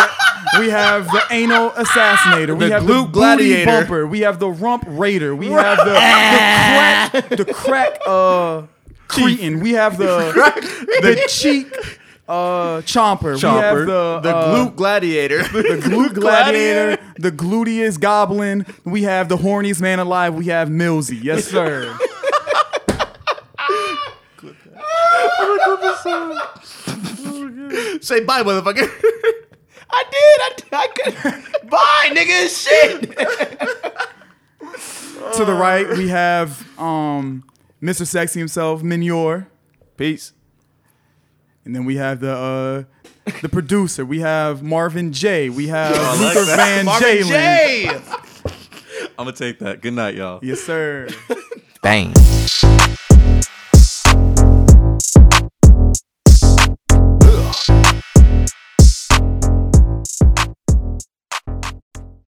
S5: the, we have the anal assassinator. We
S4: The
S5: have
S4: glute
S5: the gladiator.
S4: gladiator.
S5: bumper. We have the rump raider. We have the, the crack the crack uh cretin. We have the the cheek uh
S2: Chomper.
S5: chomper. We have the
S2: The
S5: uh,
S2: glute gladiator.
S5: the glute gladiator, the gluteus goblin. We have the horniest man alive. We have Millsy. Yes, sir.
S3: Say bye, motherfucker.
S4: I did. I, did, I could. <laughs> Bye, nigga. Shit.
S5: to the right, we have um, Mr. Sexy himself, Minyor,
S2: Peace.
S5: and then we have the uh, the producer. We have Marvin J. We have Luther Van Jalen.
S3: Hey.
S2: I'm gonna take that. Good night, y'all.
S5: Yes, sir.
S2: Bang.